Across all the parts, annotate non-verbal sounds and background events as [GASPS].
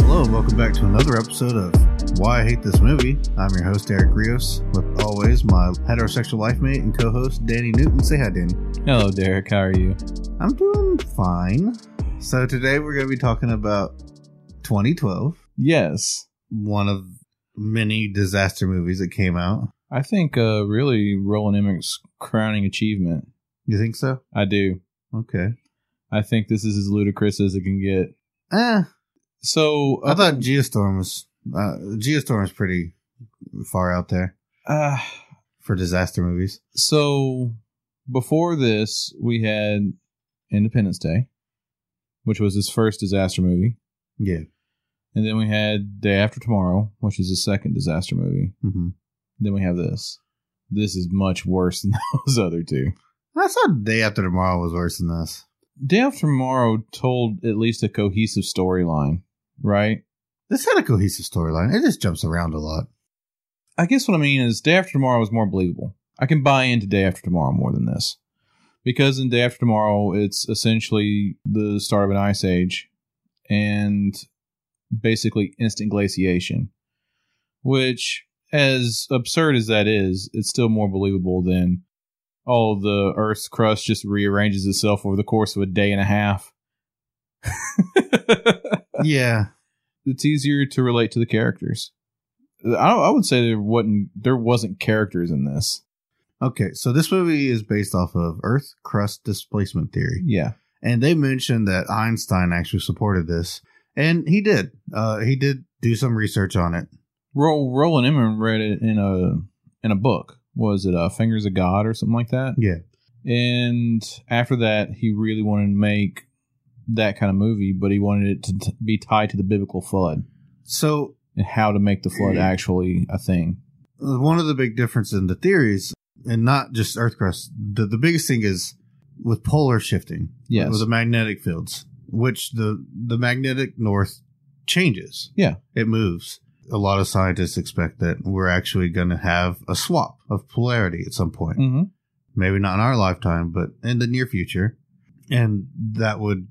Hello, welcome back to another episode of Why I Hate This Movie. I'm your host, Eric Rios, with always my heterosexual life mate and co host, Danny Newton. Say hi, Danny. Hello, Derek. How are you? I'm doing fine. So, today we're going to be talking about 2012, Yes. one of many disaster movies that came out. I think uh, really Roland Emmerich's crowning achievement. You think so? I do. Okay. I think this is as ludicrous as it can get. Eh, So I thought Geostorm was, uh, Geostorm is pretty far out there Uh, for disaster movies. so before this, we had Independence Day, which was his first disaster movie, Yeah. and then we had Day After Tomorrow, which is his second disaster movie. hmm Then we have this. This is much worse [LAUGHS] than those other two. I thought Day After Tomorrow was worse than this. Day After Tomorrow told at least a cohesive storyline, right? This had a cohesive storyline. It just jumps around a lot. I guess what I mean is Day After Tomorrow was more believable. I can buy into Day After Tomorrow more than this. Because in Day After Tomorrow, it's essentially the start of an ice age and basically instant glaciation. Which, as absurd as that is, it's still more believable than, oh, the Earth's crust just rearranges itself over the course of a day and a half. [LAUGHS] yeah. it's easier to relate to the characters. I, I would say there wasn't there wasn't characters in this. Okay, so this movie is based off of Earth crust displacement theory. Yeah, And they mentioned that Einstein actually supported this. And he did. Uh, he did do some research on it. Ro- Roland Emmerich read it in a in a book. Was it uh, Fingers of God or something like that? Yeah. And after that, he really wanted to make that kind of movie, but he wanted it to t- be tied to the biblical flood So, and how to make the Mm. flood actually a thing. uh, one of the big differences in the theories, and not just Earth crust, the, the biggest thing is with polar shifting, Yes. with the magnetic fields, which the, the magnetic north changes. Yeah. It moves. A lot of scientists expect that we're actually going to have a swap of polarity at some point. Mm-hmm. Maybe not in our lifetime, but in the near future. And that would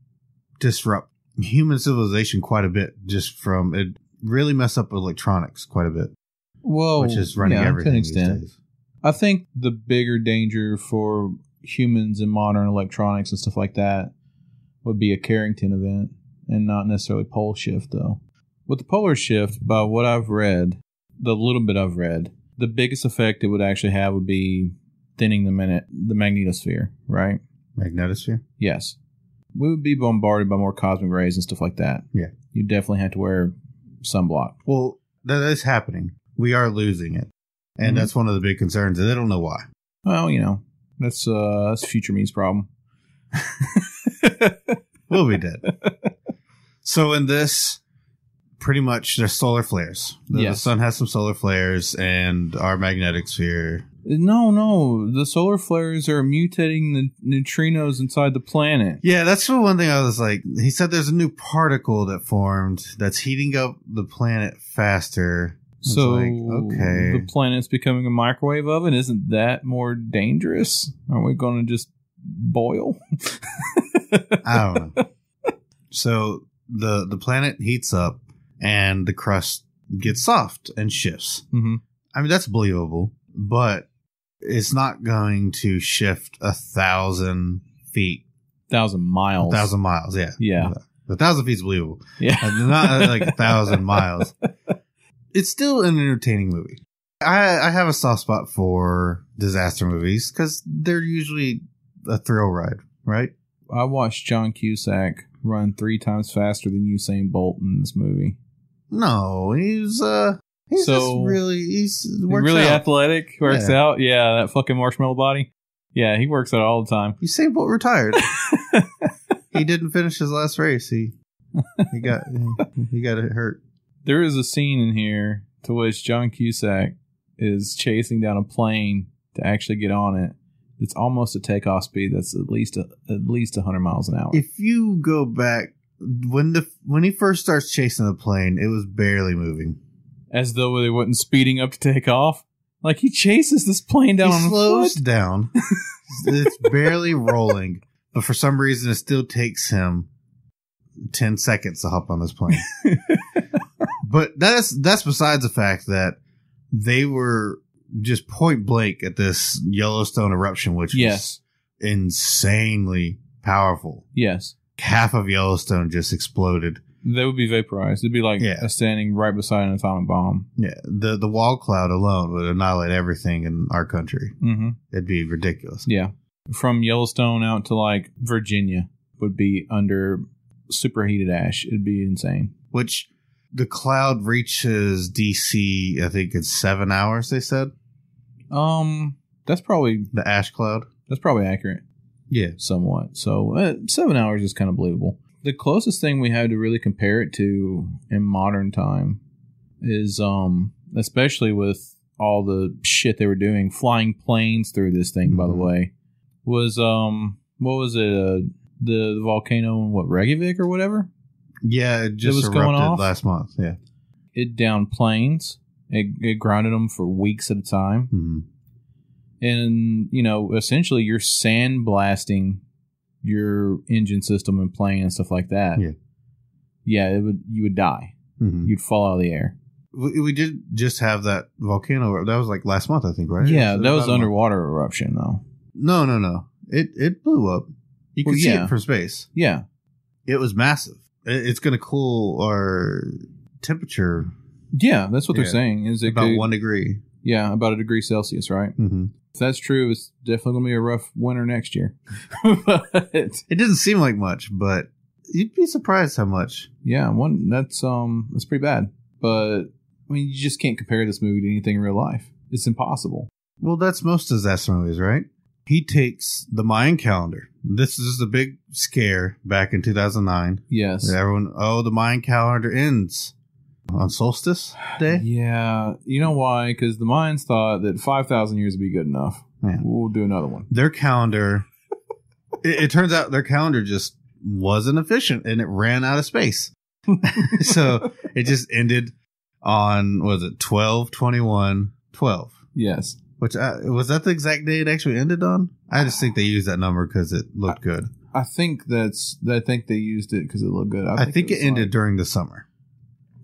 disrupt human civilization quite a bit just from it really mess up electronics quite a bit, Well, which is running Oh, yeah, everything to an these extent. days. I think the bigger danger for humans in modern electronics and stuff like that would be a Carrington event and not necessarily pole shift, though. With the polar shift, by what I've read, the little bit I've read, the biggest effect it would actually have would be thinning the minute the magnetosphere, right? Magnetosphere? Yes. We would be bombarded by more cosmic rays and stuff like that. Yeah. You definitely have to wear sunblock. Well, that is happening. We are losing it. And Mhm. that's one of the big concerns, and they don't know why. Well, you know, that's uh that's future me's problem. We'll be dead. so in this, pretty much there's solar flares. The, the Yes. sun has some solar flares, and our magnetic sphere. No, no. The solar flares are mutating the neutrinos inside the planet. Yeah, that's the one thing I was like. He said there's a new particle that formed that's heating up the planet faster. It's So like, okay. the planet's becoming a microwave oven. Isn't that more dangerous? Are we going to just boil? [LAUGHS] I don't know. so the the planet heats up, and the crust gets soft and shifts. hmm I mean, that's believable, but it's not going to shift a thousand feet, Thousand a miles. thousand miles. Yeah. Yeah. A thousand feet's believable. Yeah. Uh, Not uh, like [LAUGHS] a thousand miles. It's still an entertaining movie. I, I have a soft spot for disaster movies because they're usually a thrill ride, right? I watched John Cusack run three times faster than Usain Bolt in this movie. No, he's uh, he's So- just really he's works really out. athletic. Works out. Yeah, that fucking marshmallow body. Yeah, he works out all the time. You say Bolt retired. [LAUGHS] he didn't finish his last race. He he got he got it hurt. there is a scene in here to which John Cusack is chasing down a plane to actually get on it. It's almost a takeoff speed that's at least a, at least 100 miles an hour. If you go back when the when he first starts chasing the plane, it was barely moving. As though they wasn't speeding up to take off. Like he chases this plane down he on slows foot. [LAUGHS] down. it's barely rolling, but for [LAUGHS] some reason, it still takes him ten seconds to hop on this plane. But that's that's besides the fact that they were just point blank at this Yellowstone eruption, which Yes. was insanely powerful. Yes. Half of Yellowstone just exploded. They would be vaporized. It'd be like Yeah. a standing right beside an atomic bomb. Yeah, the the wall cloud alone would annihilate everything in our country. Mm-hmm. It'd be ridiculous. Yeah. From Yellowstone out to like Virginia would be under superheated ash. It'd be insane. Which the cloud reaches DC, I think in seven hours. They said Um, that's probably the ash cloud. that's probably accurate Yeah, somewhat. So uh, seven hours is kind of believable. The closest thing we had to really compare it to in modern time is um, especially with all the shit they were doing, flying planes through this thing. By the Mhm. way, was um, what was it? Uh, the volcano in what Reykjavik or whatever? yeah. It just was going erupted off? last month. Yeah. it down planes. It, it grounded them for weeks at a time. hmm And, you know, essentially you're sandblasting your engine system and plane and stuff like that. Yeah. Yeah, it would, you would die. hmm You'd fall out of the air. We, we did just have that volcano. That was like last month, I think, right? Yeah, So that was about a month. underwater eruption, though. No, no, no. It it blew up. You can Well, see yeah. it from space. Yeah. It was massive. It, it's going to cool our temperature Yeah, that's what Yeah. they're saying. Is it about could- one degree. Yeah, about a degree Celsius, right? Mm-hmm. If that's true, it's definitely going to be a rough winter next [LAUGHS] year. but It doesn't seem like much, but you'd be surprised how much. Yeah, one that's um that's pretty bad. But I mean, you just can't compare this movie to anything in real life. It's impossible. Well, that's most disaster movies, right? He takes the Mayan calendar. This is the big scare back in 2009. Yes. Everyone, oh, the Mayan calendar ends on solstice day. Yeah, you know why? Because the Mayans thought that five thousand years would be good enough. Yeah. We'll do another one. Their calendar, [LAUGHS] it, it turns out their calendar just wasn't efficient and it ran out of [LAUGHS] space. so it just ended on, what was it 12, 21, 12. Yes, Which I, was that the exact day it actually ended on? I just think they used that number because it looked good. I think that's. I think they used it because it looked good. I, think it, was ended like- during the summer.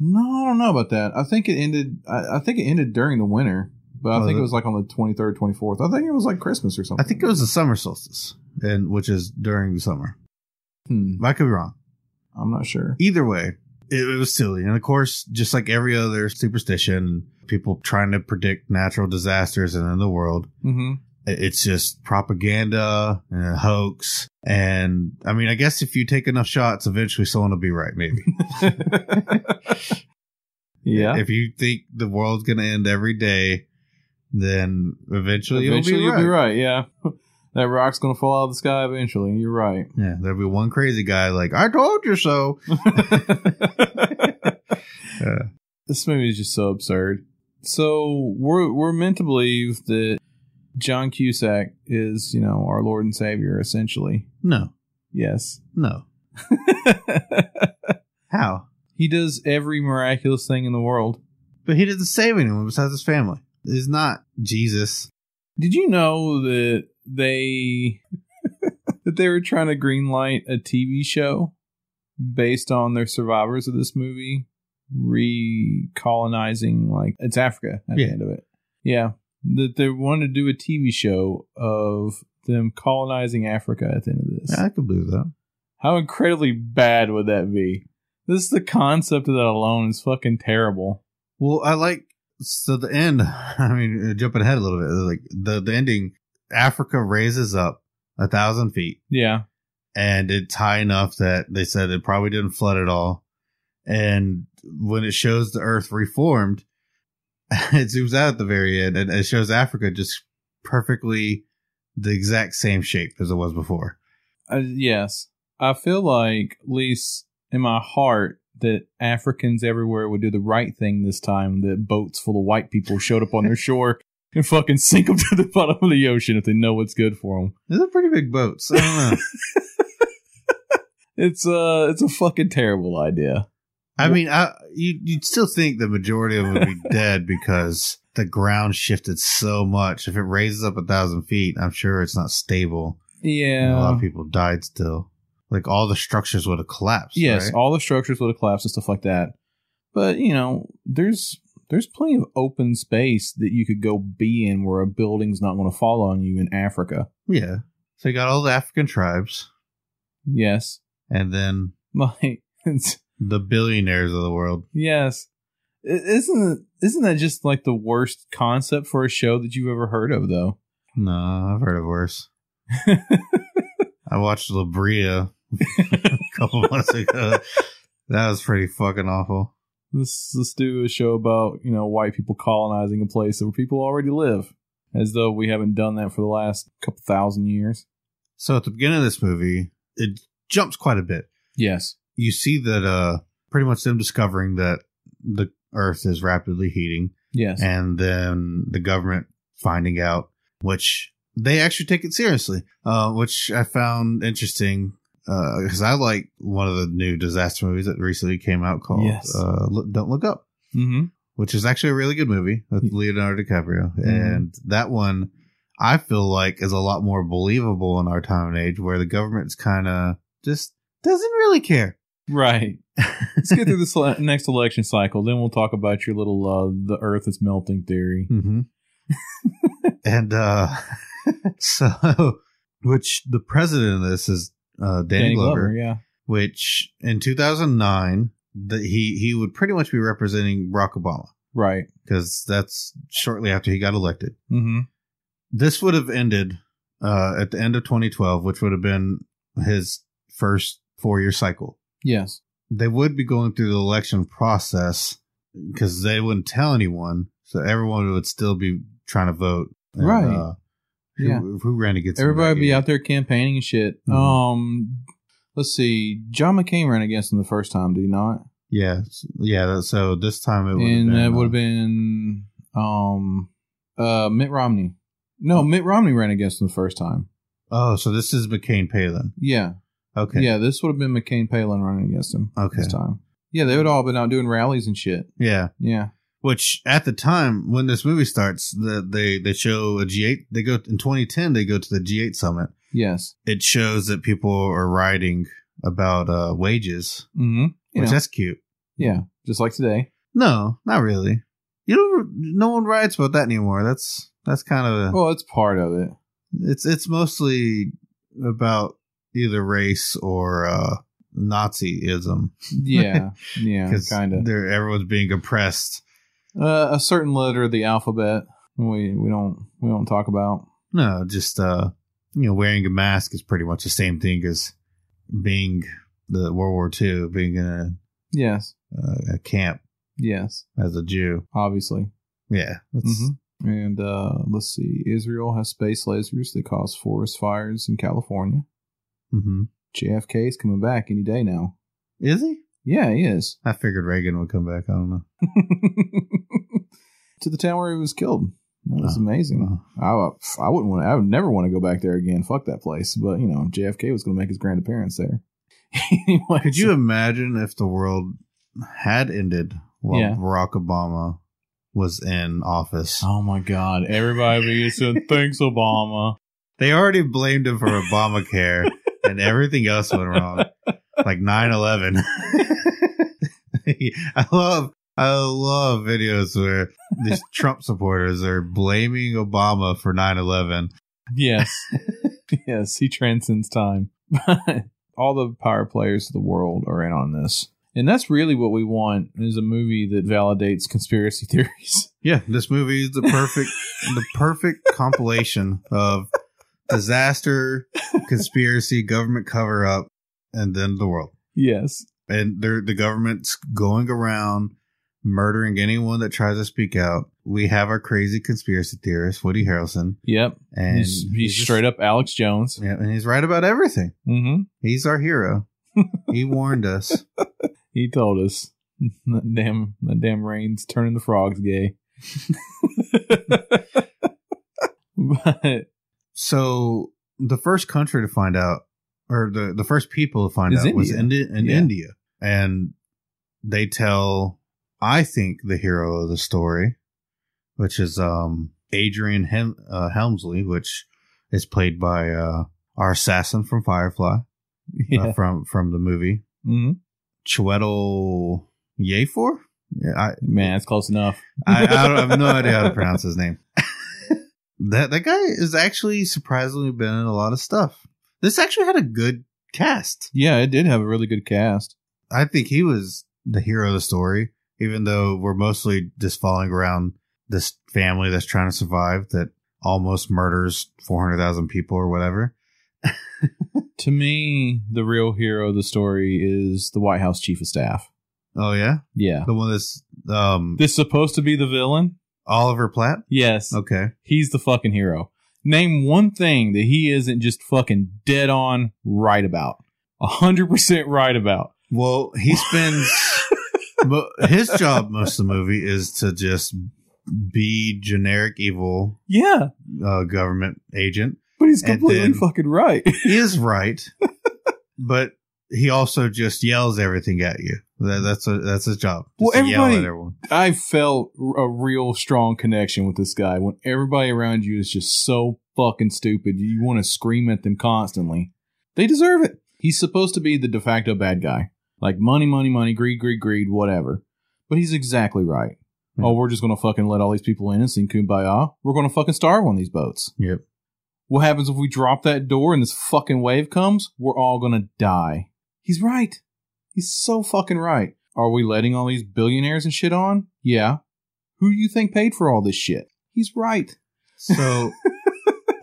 no, I don't know about that. I think it ended. I, I think it ended during the winter, but I Was think it? it was like on the twenty third, twenty fourth. I think it was like Christmas or I something. think it was the summer solstice, and which is during the summer. Hmm, I could be wrong. I'm not sure. Either way, it, it was silly, and of course, just like every other superstition, people trying to predict natural disasters and in the world, hmm [LAUGHS] i- it's just propaganda and a hoax. And I mean, I guess if you take enough shots, eventually someone will be right. Maybe yeah. if you think the world's going to end every day, then eventually, eventually you'll be right. yeah. [LAUGHS] that rock's gonna fall out of the sky eventually. You're right. Yeah, there'll be one crazy guy like, "I told you so." Yeah. [LAUGHS] this movie is just so absurd. So we're we're meant to believe that John Cusack is, you know, our Lord and Savior, essentially. No, Yes. [LAUGHS] no. How? he does every miraculous thing in the world. But he doesn't save anyone besides his family. He's not Jesus. Did you know that they [LAUGHS] that they were trying to greenlight a TV show based on their survivors of this movie recolonizing like it's Africa at Yeah. the end of it. Yeah, that they wanted to do a TV show of them colonizing Africa at the end of this. I could believe that. How incredibly bad would that be? This the concept of that alone is fucking terrible. Well, I like so the end. [LAUGHS] I mean, uh, jumping ahead a little bit, like the the ending. Africa raises up a thousand feet, Yeah. and it's high enough that they said it probably didn't flood at all. And when it shows the Earth reformed, [LAUGHS] it zooms out at the very end, and it shows Africa just perfectly the exact same shape as it was before. Uh, yes. I feel like, at least in my heart, that Africans everywhere would do the right thing this time that boats full of white people showed up on their shore and fucking sink them to the bottom of the ocean if they know what's good for them. These are pretty big boats. I don't know. It's, uh, it's a fucking terrible idea. I mean, I, you, you'd still think the majority of them would [LAUGHS] be dead because the ground shifted so much. If it raises up a thousand feet, I'm sure it's not stable. And a lot Yeah. of people died still. Like all the structures would have collapsed. Yes, right? all the structures would have collapsed and stuff like that. But you know, there's there's plenty of open space that you could go be in where a building's not going to fall on you in Africa. Yeah. So you got all the African tribes Yes, [LAUGHS] and then like it's, the billionaires of the world. yes, I- isn't isn't that just like the worst concept for a show that you've ever heard of though? No, I've heard of [LAUGHS] worse. I watched La Brea [LAUGHS] a couple months ago. [LAUGHS] That was pretty fucking awful. Let's let's do a show about you know white people colonizing a place where people already live, as though we haven't done that for the last couple thousand years. So at the beginning of this movie, it jumps quite a bit. Yes. You see that uh pretty much them discovering that the earth is rapidly heating Yes. and then the government finding out which they actually take it seriously uh, which i found interesting because i like one of the new disaster movies that recently came out called Yes. uh, Look- don't look up mm-hmm. which is actually a really good movie with Ye- leonardo dicaprio Mhm. and that one i feel like is a lot more believable in our time and age where the government's kind of just doesn't really care Right. [LAUGHS] Let's get through this le- [LAUGHS] next election cycle. Then we'll talk about your little uh, the Earth is melting theory. Mm-hmm. [LAUGHS] and uh, so, which the president of this is uh, Danny, Glover, yeah. which in 2009 that he he would pretty much be representing Barack Obama Right. because that's shortly after he got elected. Mm-hmm. This would have ended uh, at the end of 2012, which would have been his first four year cycle. Yes. They would be going through the election process because they wouldn't tell anyone, so everyone would still be trying to vote. And, Right. uh, who, Yeah. who ran against him Everybody that be year? out there campaigning and shit. Mhm. Um, let's see. John McCain ran against him the first time, did he not? Yeah, s- yeah. that- So this time it would and have that been, would uh, have been um, uh, Mitt Romney. No, Mitt Romney ran against him the first time. Oh, so this is McCain Palin. Yeah. Okay. Yeah. This would have been McCain Palin running against him Okay. this time. Yeah, they would all been out doing rallies and shit. Yeah. Yeah. Which at the time when this movie starts, the, they they show a G8. They go in 2010. They go to the G8 summit. Yes. It shows that people are writing about uh, wages, Mm-hmm. You which know. that's cute. Yeah, just like today. No, not really. You don't. No one writes about that anymore. That's that's kind of a, Well, it's part of it. it's it's mostly about either race or uh, Nazism. [LAUGHS] Yeah, yeah, because kind of. they're everyone's being oppressed. Uh, a certain letter of the alphabet we we don't we don't talk about. No, just uh, you know, wearing a mask is pretty much the same thing as being the World War II, being in a, Yes, uh, a camp yes, as a Jew. obviously. Yeah, that's, hmm And uh, let's see. Israel has space lasers that cause forest fires in California. mhm. JFK is coming back any day now. is he? Yeah, he is. [LAUGHS] I figured Reagan would come back. I don't know. to the town where he was killed. That was Oh. amazing. Oh. I, I wouldn't want. I would never want to go back there again. Fuck that place. But you know, JFK was going to make his grand appearance there. [LAUGHS] anyway, Could you imagine if the world had ended while Yeah. Barack Obama was in office? Oh my God! Everybody said thanks, Obama. They already blamed him for Obamacare and everything else went wrong, like 9 11. [LAUGHS] I love. I love videos where these Trump supporters are blaming Obama for 9 11. [LAUGHS] Yes, yes, he transcends time. [LAUGHS] But all the power players of the world are in on this, and that's really what we want: is a movie that validates conspiracy [LAUGHS] theories. Yeah, this movie is the perfect the perfect compilation of disaster, conspiracy, government cover up, and then the world. Yes, and they're the government's going around murdering anyone that tries to speak out. We have our crazy conspiracy theorist Woody Harrelson, yep. and he's, he's just- straight up Alex Jones. Yeah, and he's right about everything. Mm-hmm. He's our hero. he warned us. He told us [LAUGHS] that damn that damn rain's turning the frogs gay. [LAUGHS] but So the first country to find out, or the the first people to find Is out, was India. Indi- in Yeah. India, and they tell, I think, the hero of the story, which is um Adrian Hem- uh, Helmsley, which is played by uh, our assassin from Firefly, yeah. Mm-hmm. uh, from from the movie hmm Chiwetel Yefor. Yeah, I, Man, it's close enough. I, I, don't, I [LAUGHS] have no idea how to pronounce his name. [LAUGHS] that that guy is actually surprisingly been in a lot of stuff. This actually had a good cast. Yeah, it did have a really good cast. I think he was the hero of the story, even though we're mostly just following around this family that's trying to survive that almost murders four hundred thousand people or whatever. To me, the real hero of the story is the White House chief of staff. Oh yeah, Yeah. the one that's um This supposed to be the villain? Oliver Platt. Yes. Okay, He's the fucking hero. Name one thing that he isn't just fucking dead on right about. A hundred percent right about. well he spends [LAUGHS] mo- his job most of the movie is to just be generic evil Yeah. uh, government agent. But he's And completely then- fucking right. He is [LAUGHS] right, but he also just yells everything at you. That, that's a, that's his job. Just Well, to yell at everybody- everyone. I felt a real strong connection with this guy when everybody around you is just so fucking stupid. You want to scream at them constantly. They deserve it. He's supposed to be the de facto bad guy. Like money, money, money, greed, greed, greed, whatever. But he's exactly right. Yeah. Oh, we're just going to fucking let all these people in and sing kumbaya. We're going to fucking starve on these boats. Yep. What happens if we drop that door and this fucking wave comes? We're all going to die. He's right. He's so fucking right. Are we letting all these billionaires and shit on? Yeah. Who do you think paid for all this shit? He's right. [LAUGHS] So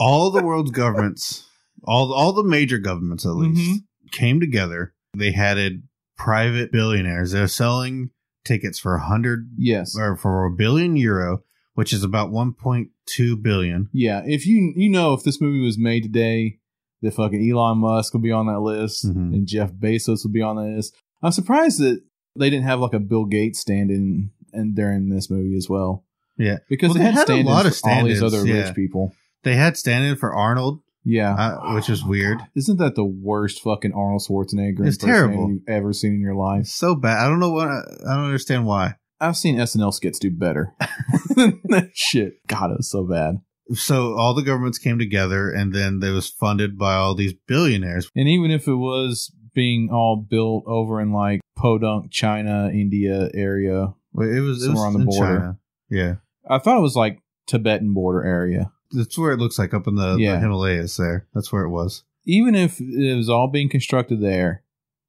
all the world's governments, all all the major governments at least, Mm-hmm. came together. They had it private billionaires. They're selling tickets for a hundred Yes. or for a billion euro, which is about one point two billion. Yeah. If you you know if this movie was made today, that fucking Elon Musk will be on that list Mhm. and Jeff Bezos will be on that list. I'm surprised that they didn't have like a Bill Gates stand in and during this movie as well. Yeah. Because Well, they, they had, had a stand-ins lot of for all these stand-ins, other yeah. rich people. They had stand in for Arnold, Yeah. uh, which Oh is weird. Isn't that the worst fucking Arnold Schwarzenegger It's impersonator terrible. you've ever seen in your life? So bad. I don't know what. I don't understand why. I've seen SNL skits do better. [LAUGHS] that shit. God, it was so bad. so all the governments came together and then they was funded by all these billionaires And even if it was being all built over in like Podunk, China, India area, Well, it was, it was Somewhere on the in border. China. yeah I thought it was like Tibetan border area. that's where it looks like up in the, Yeah. the himalayas there that's where it was Even if it was all being constructed there,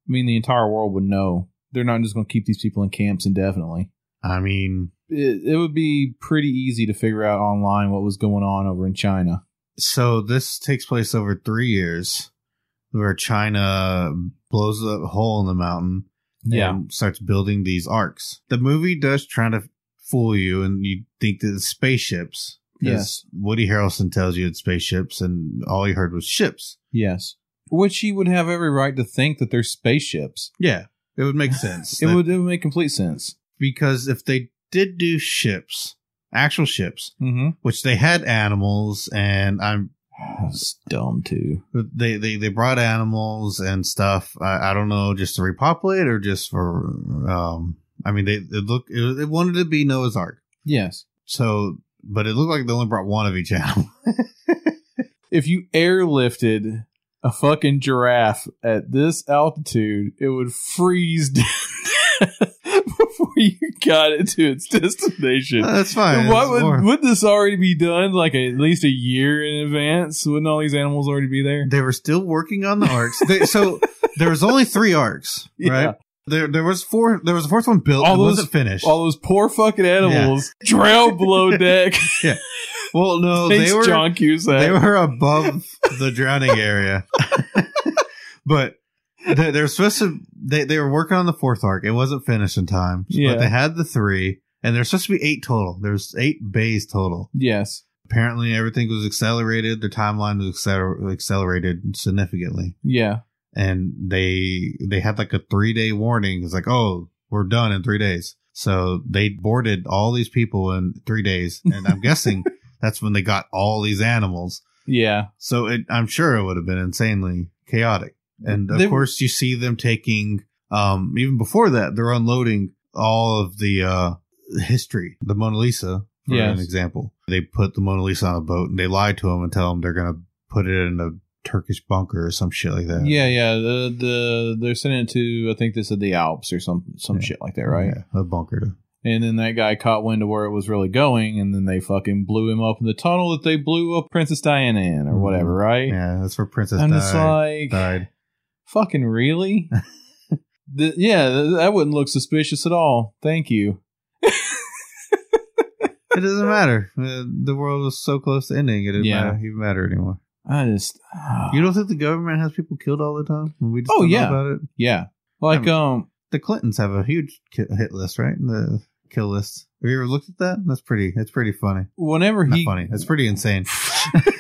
I mean, the entire world would know they're not just going to keep these people in camps indefinitely. i mean It, it would be pretty easy to figure out online what was going on over in China. so this takes place over three years where china blows a hole in the mountain and starts building these arcs the movie does try to fool you and you think that it's spaceships 'cause Yes. woody harrelson tells you it's spaceships and all he heard was ships Yes. Which he would have every right to think that they're spaceships. yeah it would make sense [SIGHS] It That- would, it would make complete sense. because if they did do ships, actual ships, Mm-hmm. which they had animals and I'm Ah, That's dumb too. they they, they brought animals and stuff. I, I don't know, just to repopulate or just for um. I mean, they it look it, they wanted to be Noah's Ark, Yes. so but it looked like they only brought one of each animal. If you airlifted a fucking giraffe at this altitude, it would freeze [LAUGHS] down before you got it to its [LAUGHS] destination. That's fine. Why It's would, more- would this already be done like at least a year in advance? Wouldn't all these animals already be there? they were still working on the arcs. They, [LAUGHS] so there was only three arcs, Yeah. right? There there was four. There was the fourth one built. All it those- wasn't finished. All those poor fucking animals [LAUGHS] drown below deck. well, no, Thanks, they were John Cusack. They were above the drowning [LAUGHS] area, but they, they were supposed to. They, they were working on the fourth arc. It wasn't finished in time, Yeah. but they had the three, and there's supposed to be eight total. There's eight bays total. yes. Apparently, everything was accelerated. Their timeline was acceler- accelerated significantly, Yeah. and they they had like a three day warning. It's like, oh, we're done in three days. So they boarded all these people in three [LAUGHS] days, and I'm guessing that's when they got all these animals. Yeah. So it, I'm sure it would have been insanely chaotic. And of They- course, you see them taking, um, even before that, they're unloading all of the uh, history, the Mona Lisa, for Yes. an example. They put the Mona Lisa on a boat and they lie to them and tell them they're going to put it in a Turkish bunker or some shit like that. Yeah, yeah. The the they're sending it to I think they said the Alps or some some Yeah. shit like that, right? Yeah, a bunker. And then that guy caught wind of where it was really going, and then they fucking blew him up in the tunnel that they blew up Princess Diana in, or Mhm. whatever, right? Yeah, that's where Princess I'm died. just like, died. fucking really? Th- yeah, th- that wouldn't look suspicious at all. Thank you. [LAUGHS] It doesn't matter. Uh, The world was so close to ending. It didn't Yeah. matter, even matter anymore. I just, ah. You don't think the government has people killed all the time? And We just Oh, don't yeah. know about it. yeah, like I'm- um, The Clintons have a huge ki- hit list, right? The kill list. Have you ever looked at that? That's pretty. That's pretty funny. whenever Not he, funny. That's pretty [LAUGHS] insane.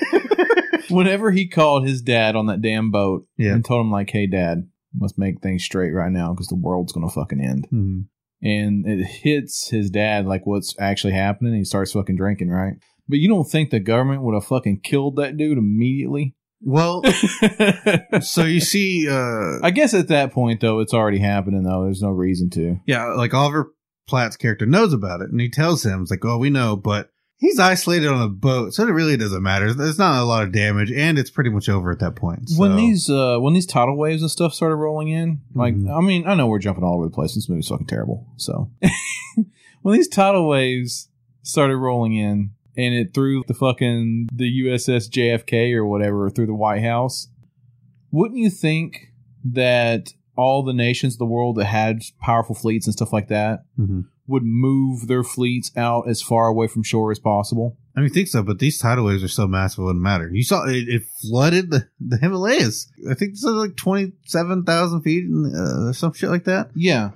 [LAUGHS] whenever he called his dad on that damn boat Yeah. and told him like, "Hey, dad, let's make things straight right now because the world's gonna fucking end." Mhm. And it hits his dad like what's actually happening. And he starts fucking drinking, right? But you don't think the government would have fucking killed that dude immediately? Well, so you see, uh, I guess at that point though, it's already happening though. There's no reason to. yeah, like Oliver Platt's character knows about it, and he tells him, "It's like, oh, we know, but he's isolated on a boat, so it really doesn't matter. There's not a lot of damage, and it's pretty much over at that point." So. When these uh, when these tidal waves and stuff started rolling in, like Mhm. I mean, I know we're jumping all over the place. This movie's fucking terrible. So [LAUGHS] when these tidal waves started rolling in and it threw the fucking the USS JFK or whatever through the White House, wouldn't you think that all the nations of the world that had powerful fleets and stuff like that Mhm. would move their fleets out as far away from shore as possible? I mean, I think so, but these tidal waves are so massive, it wouldn't matter. You saw it, it flooded the, the Himalayas. I think this is like 27,000 feet and, uh, or some shit like that. Yeah.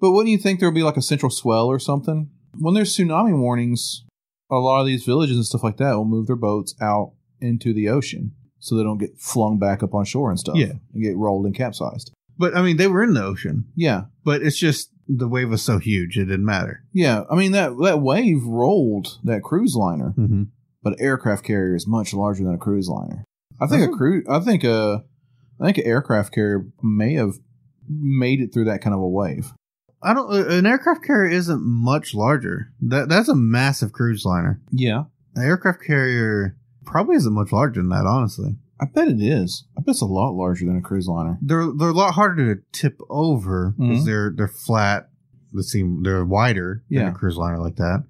But wouldn't you think there would be like a central swell or something? When there's tsunami warnings, a lot of these villages and stuff like that will move their boats out into the ocean so they don't get flung back up on shore and stuff. Yeah. And get rolled and capsized. But I mean, they were in the ocean, Yeah. but it's just the wave was so huge, it didn't matter. Yeah. I mean that that wave rolled that cruise liner, Mm-hmm. but an aircraft carrier is much larger than a cruise liner. I think a Mhm. cruise I think a I think an aircraft carrier may have made it through that kind of a wave. I don't, uh, an aircraft carrier isn't much larger. That That's a massive cruise liner. Yeah. An aircraft carrier probably isn't much larger than that, honestly. I bet it is. I bet it's a lot larger than a cruise liner. They're, they're a lot harder to tip over because Mhm. they're, they're flat. They seem, they're wider Yeah. than a cruise liner like that.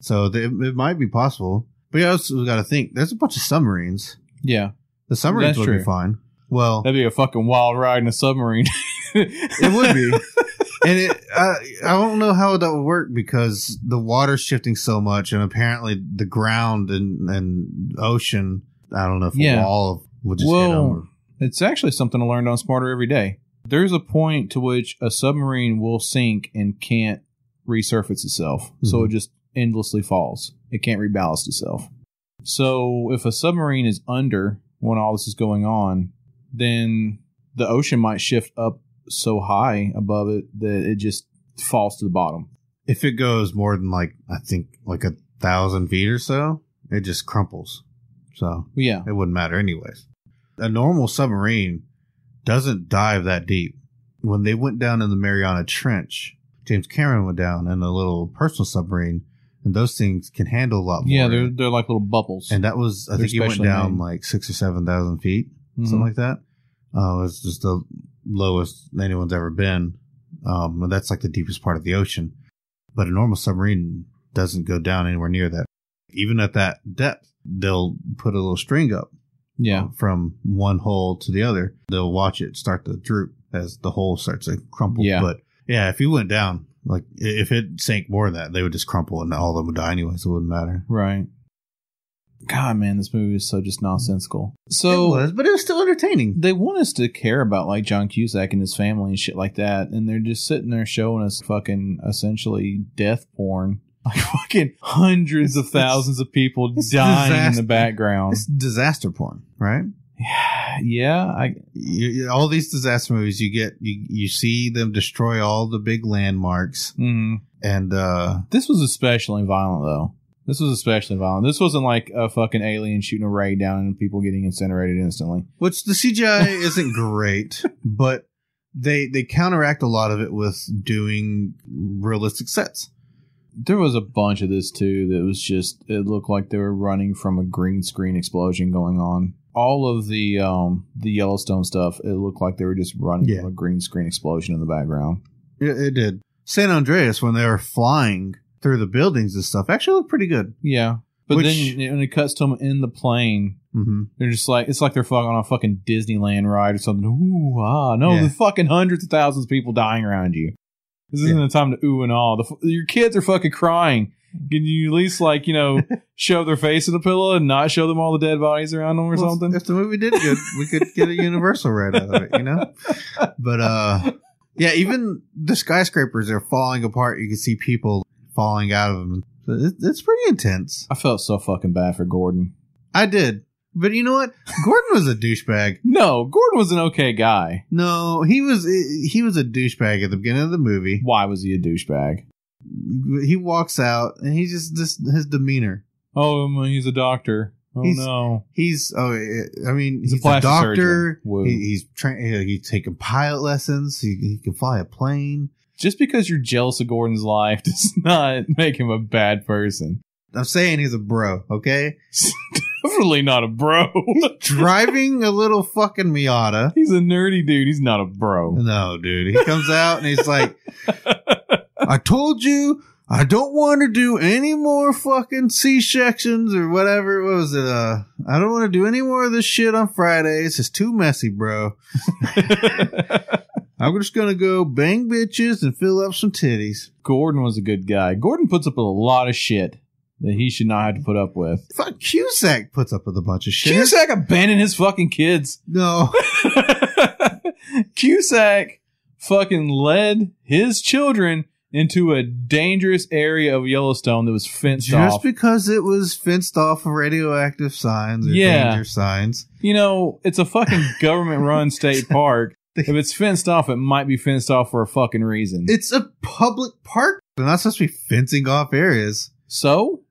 So they, it might be possible. But you also got to think there's a bunch of submarines. Yeah. The submarines That's would true. be fine. Well, That'd be a fucking wild ride in a submarine. it would be. and it, I, I don't know how that would work because the water's shifting so much, and apparently the ground and, and ocean. I don't know if Yeah. a wall would just hit Well, 'em or- [LAUGHS] It's actually something I learned on Smarter Every Day. There's a point to which a submarine will sink and can't resurface itself. Mm-hmm. So it just endlessly falls. It can't rebalance itself. So if a submarine is under when all this is going on, then the ocean might shift up so high above it that it just falls to the bottom. if it goes more than like I think like a thousand feet or so, it just crumples. So But yeah. it wouldn't matter anyways. A normal submarine doesn't dive that deep. When they went down in the Mariana Trench, James Cameron went down in a little personal submarine, and those things can handle a lot more. Yeah, they're, they're like little bubbles. and that was I they're think he went specially down made. like six or seven thousand feet, Mhm. something like that. Uh, it's just the lowest anyone's ever been. Um, and that's like the deepest part of the ocean. But a normal submarine doesn't go down anywhere near that. Even at that depth, they'll put a little string up yeah. from one hole to the other. They'll watch it start to droop as the hole starts to crumple. Yeah. But yeah, if you went down, like i- if it sank more than that, they would just crumple and all of them would die anyway, so it wouldn't matter. Right. God, man, this movie is so just nonsensical. it So was, but it was still entertaining. they want us to care about like John Cusack and his family and shit like that, and they're just sitting there showing us fucking essentially death porn, [LAUGHS] like fucking hundreds of thousands of people it's dying in disaster. the background. It's disaster porn, right? [SIGHS] yeah, I You, you- all these disaster movies, you get you you see them destroy all the big landmarks, mm, and uh this was especially violent though. This was especially violent. This wasn't like a fucking alien shooting a ray down and people getting incinerated instantly. which the CGI isn't great, but they they counteract a lot of it with doing realistic sets. There was a bunch of this too that was just it looked like they were running from a green screen explosion going on. All of the um the Yellowstone stuff, it looked like they were just running Yeah. from a green screen explosion in the background. It, it did. San Andreas when they were flying through the buildings and stuff actually looked pretty good. Yeah. But Which- then when it cuts to them in the plane, Mm-hmm. they're just like it's like they're fucking on a fucking Disneyland ride or something. Ooh ah, no, Yeah. the fucking hundreds of thousands of people dying around you. This isn't the time to ooh and all. The, f- your kids are fucking crying. Can you at least like you [LAUGHS] know shove their face in the pillow and not show them all the dead bodies around them or Well, something? If the movie did good, we could get a universal right out of it, you know? But uh yeah, even the skyscrapers are falling apart. You can see people falling out of them. So it- It's pretty intense. I felt so fucking bad for Gordon. I did. But you know what? Gordon was a douchebag. No, Gordon was an okay guy. No, he was he was a douchebag at the beginning of the movie. Why was he a douchebag? He walks out and he's just this his demeanor. Oh, um, he's a doctor. Oh He's- no, He's oh, I mean, He's he's, a a, plastic surgeon. doctor. Woo. He, he's tra- he's taking pilot lessons. He, he can fly a plane. just because you're jealous of Gordon's life [LAUGHS] does not make him a bad person. I'm saying he's a bro, okay? Definitely not a bro. [LAUGHS] Driving a little fucking Miata. he's a nerdy dude. He's not a bro. No, dude. He comes out and he's like, I told you I don't want to do any more fucking C sections or whatever. What was it? Uh, I don't want to do any more of this shit on Fridays. It's too messy, bro. [LAUGHS] I'm just going to go bang bitches and fill up some titties. Gordon was a good guy. Gordon puts up with a lot of shit that he should not have to put up with. Fuck, Cusack puts up with a bunch of shit. Cusack abandoned his fucking kids. [LAUGHS] No. Cusack fucking led his children into a dangerous area of Yellowstone that was fenced Just off. because it was fenced off of radioactive signs or Yeah. danger signs. you know, it's [LAUGHS] a fucking government run state park. If it's fenced off, it might be fenced off for a fucking reason. It's a public park. They're not supposed to be fencing off areas. so,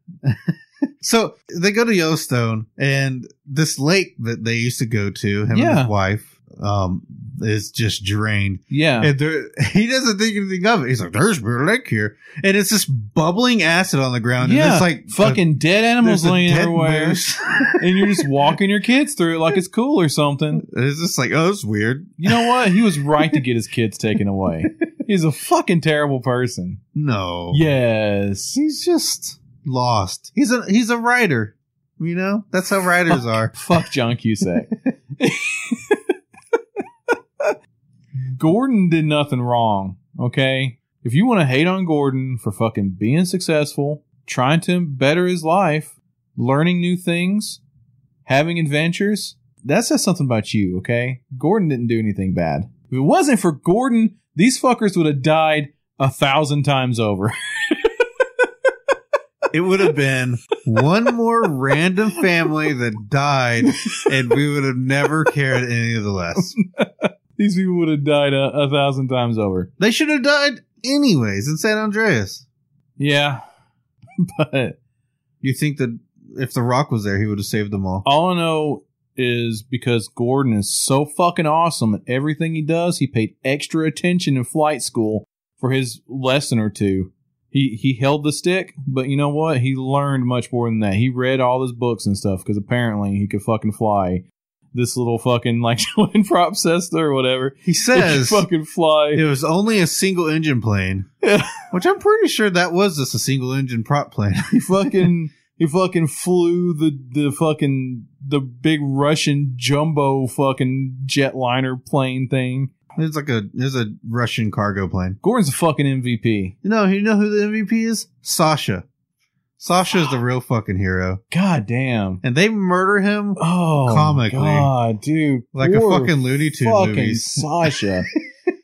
So they go to Yellowstone, and this lake that they used to go to, him and Yeah. his wife, um, is just drained. yeah. And there, [LAUGHS] he doesn't think anything of it. He's like, "There's a lake here," and it's just bubbling acid on the ground. yeah, and it's like fucking dead a- animals there's a laying dead everywhere, moose. [LAUGHS] and you're just walking your kids through it like it's cool or something. it's just like, oh, it's weird. You know what? He was right to get his kids taken away. He's a fucking [LAUGHS] terrible person. No, Yes. he's just lost. He's a he's a writer. You know, that's how writers are. Fuck John Cusack. Gordon did nothing wrong, okay? If you want to hate on Gordon for fucking being successful, trying to better his life, learning new things, having adventures, that says something about you, okay? Gordon didn't do anything bad. If it wasn't for Gordon, these fuckers would have died a thousand times over. [LAUGHS] [LAUGHS] It would have been one more random family that died, and we would have never cared any of the less. these people would have died a, a thousand times over. They should have died anyways in San Andreas. Yeah. [LAUGHS] But You think that if The Rock was there, he would have saved them all? All I know is because Gordon is so fucking awesome at everything he does, he paid extra attention in flight school for his lesson or two. He he held the stick, but you know what? He learned much more than that. He read all his books and stuff because apparently he could fucking fly. This little fucking like [LAUGHS] Joanne Prop Cessna or whatever. He It could says fucking it fly. was only a single engine plane, Yeah. which I'm pretty sure that was just a single engine prop plane. [LAUGHS] He fucking he fucking flew the the fucking the big Russian jumbo fucking jetliner plane thing. It's like a there's a Russian cargo plane. Gordon's a fucking MVP. You know, you know who the MVP is? Sasha. Sasha is the real fucking hero, God damn. and they murder him Oh, Comically. God, dude. like Poor a fucking Looney Tunes [LAUGHS] fucking movies. Sasha.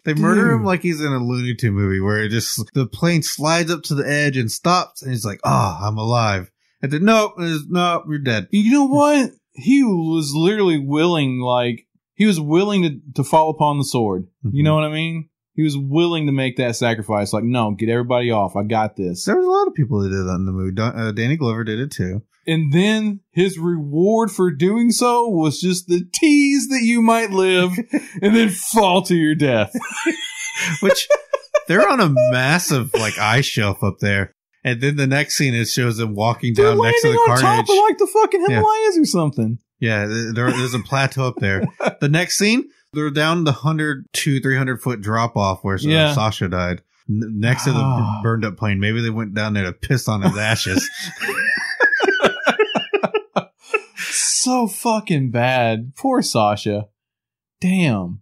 They murder him Dude. like he's in a Looney Tune movie where it just the plane slides up to the edge and stops, and he's like, "Ah, I'm alive." And then, nope, it's- nope, you're dead. you know what? He was literally willing, like, he was willing to, to fall upon the sword. You Mm-hmm. know what I mean? He was willing to make that sacrifice. Like, no, get everybody off. I got this. There was a lot of people that did that in the movie. Don, uh, Danny Glover did it too. And then his reward for doing so was just the tease that you [LAUGHS] might live and then fall to your death. [LAUGHS] Which they're on a massive like ice shelf up there, and then the next scene it shows them walking They're down next to landing the on top carnage. of like the fucking Yeah. Himalayas or something. yeah, th- there, there's a plateau up [LAUGHS] there. The next scene, they're down the hundred to three hundred foot drop off where uh, Yeah. Sasha died. n- next to the Ah. burned up plane. Maybe they went down there to piss on his [LAUGHS] ashes. [LAUGHS] so fucking bad. Poor Sasha. Damn.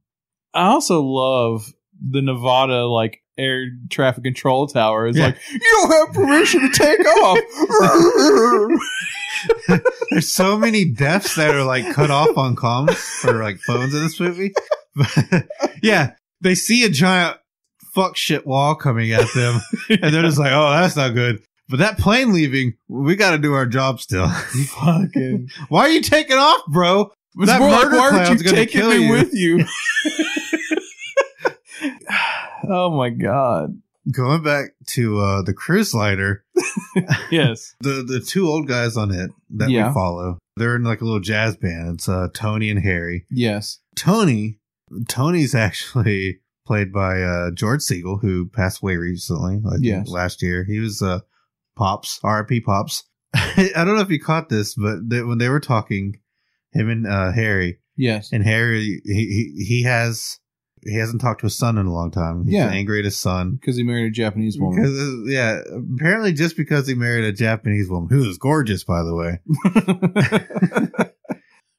I also love the Nevada like air traffic control tower. It's Yeah. like you don't have permission to [LAUGHS] take off. There's so many deaths that are like cut off on comms or like phones in this movie. [LAUGHS] But, yeah, they see a giant fuck shit wall coming at them, [LAUGHS] and they're just like, "Oh, that's not good." But that plane leaving, we got to do our job still. [LAUGHS] fucking. Why are you taking off, bro? It's That more like, murder why aren't clown's you gonna taking kill me you. with [LAUGHS] you? [SIGHS] oh my god. Going back to uh, the cruise liner, Yes. the the two old guys on it that Yeah. we follow they're in like a little jazz band it's uh tony and harry Yes. tony tony's [LAUGHS] actually played by uh george siegel who passed away recently like Yes. last year he was uh pops rp pops [LAUGHS] i don't know if you caught this but they, when they were talking him and uh harry Yes. and harry he he, he has he hasn't talked to his son in a long time he's Yeah. angry at his son Because he married a Japanese woman. because, uh, yeah, apparently just because he married a Japanese woman who is gorgeous, by the way.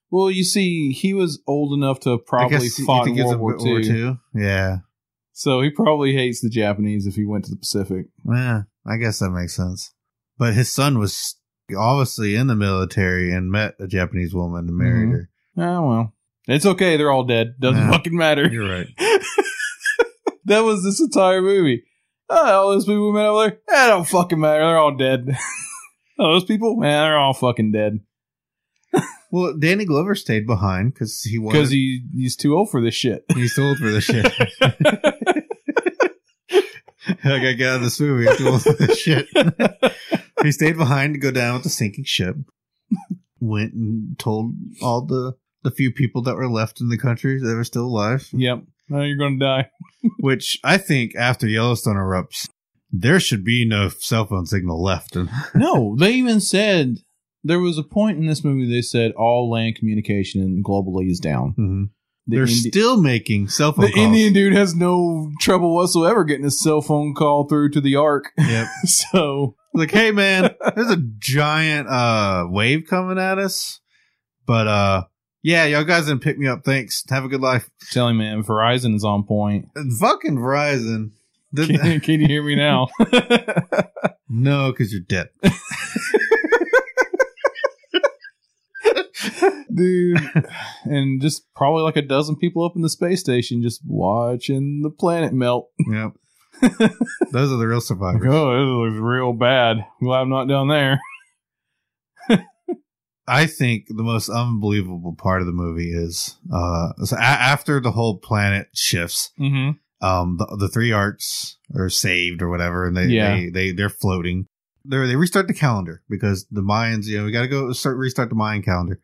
well, you see, he was old enough to have I probably guess you fought think in it's World a War bit II, Yeah, so he probably hates the Japanese if he went to the Pacific. yeah. I guess that makes sense. But his son was obviously in the military and met a Japanese woman and married Mhm. her. Oh well, it's okay. They're all dead. Doesn't Yeah. fucking matter. [LAUGHS] You're right. that was this entire movie. Oh, all those people we met over there, that don't fucking matter. They're all dead. [LAUGHS] oh, those people, man, they're all fucking dead Well, Danny Glover stayed behind because he [LAUGHS] wanted. because he he's too old for this [LAUGHS] shit. he's too old for this [LAUGHS] shit. I gotta get out of this movie. I'm too old for this [LAUGHS] shit. he stayed behind to go down with the sinking ship. Went and told all the the few people that were left in the country that were still alive. yep. Now you're gonna die. Which I think after Yellowstone erupts, there should be no cell phone signal left. And no, they even said there was a point in this movie they said all land communication globally is down. The mm-hmm. they're Indi- still making cell phone the calls. Indian dude has no trouble whatsoever getting his cell phone call through to the Ark. Yep. [LAUGHS] So Like, hey [LAUGHS] man, there's a giant uh wave coming at us. But uh yeah, y'all guys didn't pick me up. Thanks. Have a good life. tell him, man, Verizon is on point. [LAUGHS] And fucking Verizon. Didn't- Can, can you hear me now? [LAUGHS] no, because you're dead. dude. [LAUGHS] And just probably like a dozen people up in the space station just watching the planet melt. Yep. Those are the real Like, survivors. oh, this looks real bad. Glad I'm not down there. [LAUGHS] I think the most unbelievable part of the movie is uh so a- after the whole planet shifts, Mm-hmm. um the, the three arcs are saved or whatever and they, Yeah. they they they're floating they they restart the calendar because the mayans you know we got to go start restart the mayan calendar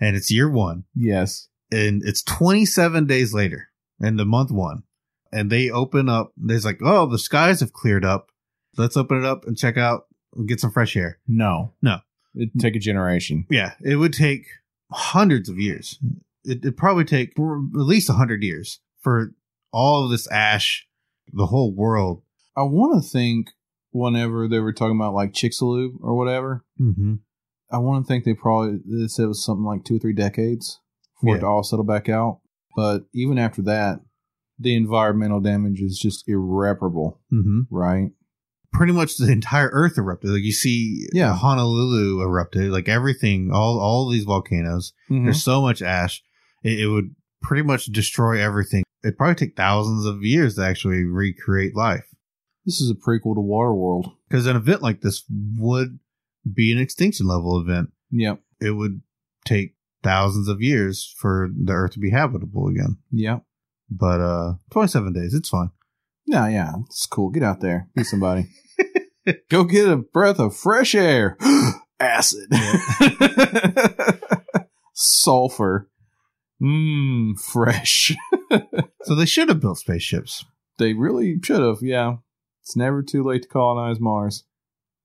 and it's year 1 Yes. and it's 27 days later in the month 1 and they open up there's like oh the skies have cleared up let's open it up and check out and get some fresh air No. No. It'd take a generation. yeah it would take hundreds of years it, it'd probably take at least 100 years for all of this ash the whole world I want to think whenever they were talking about like Chicxulub or whatever, mm-hmm. I want to think they probably they said it was something like two or three decades for it Yeah. to all settle back out. But even after that, the environmental damage is just irreparable, Mm-hmm. right? pretty much the entire earth erupted like you see Yeah. honolulu erupted like everything all all these volcanoes there's so much ash it, it would pretty much destroy everything it'd probably take thousands of years to actually recreate life This is a prequel to Waterworld. because an event like this would be an extinction level event Yep. it would take thousands of years for the earth to be habitable again Yep. but uh 27 days it's fine Yeah, yeah. It's cool. Get out there. Be somebody. Go get a breath of fresh air. [GASPS] Acid. [LAUGHS] Sulfur. Mmm, fresh. [LAUGHS] so they should have built spaceships They really should have, yeah. It's never too late to colonize Mars.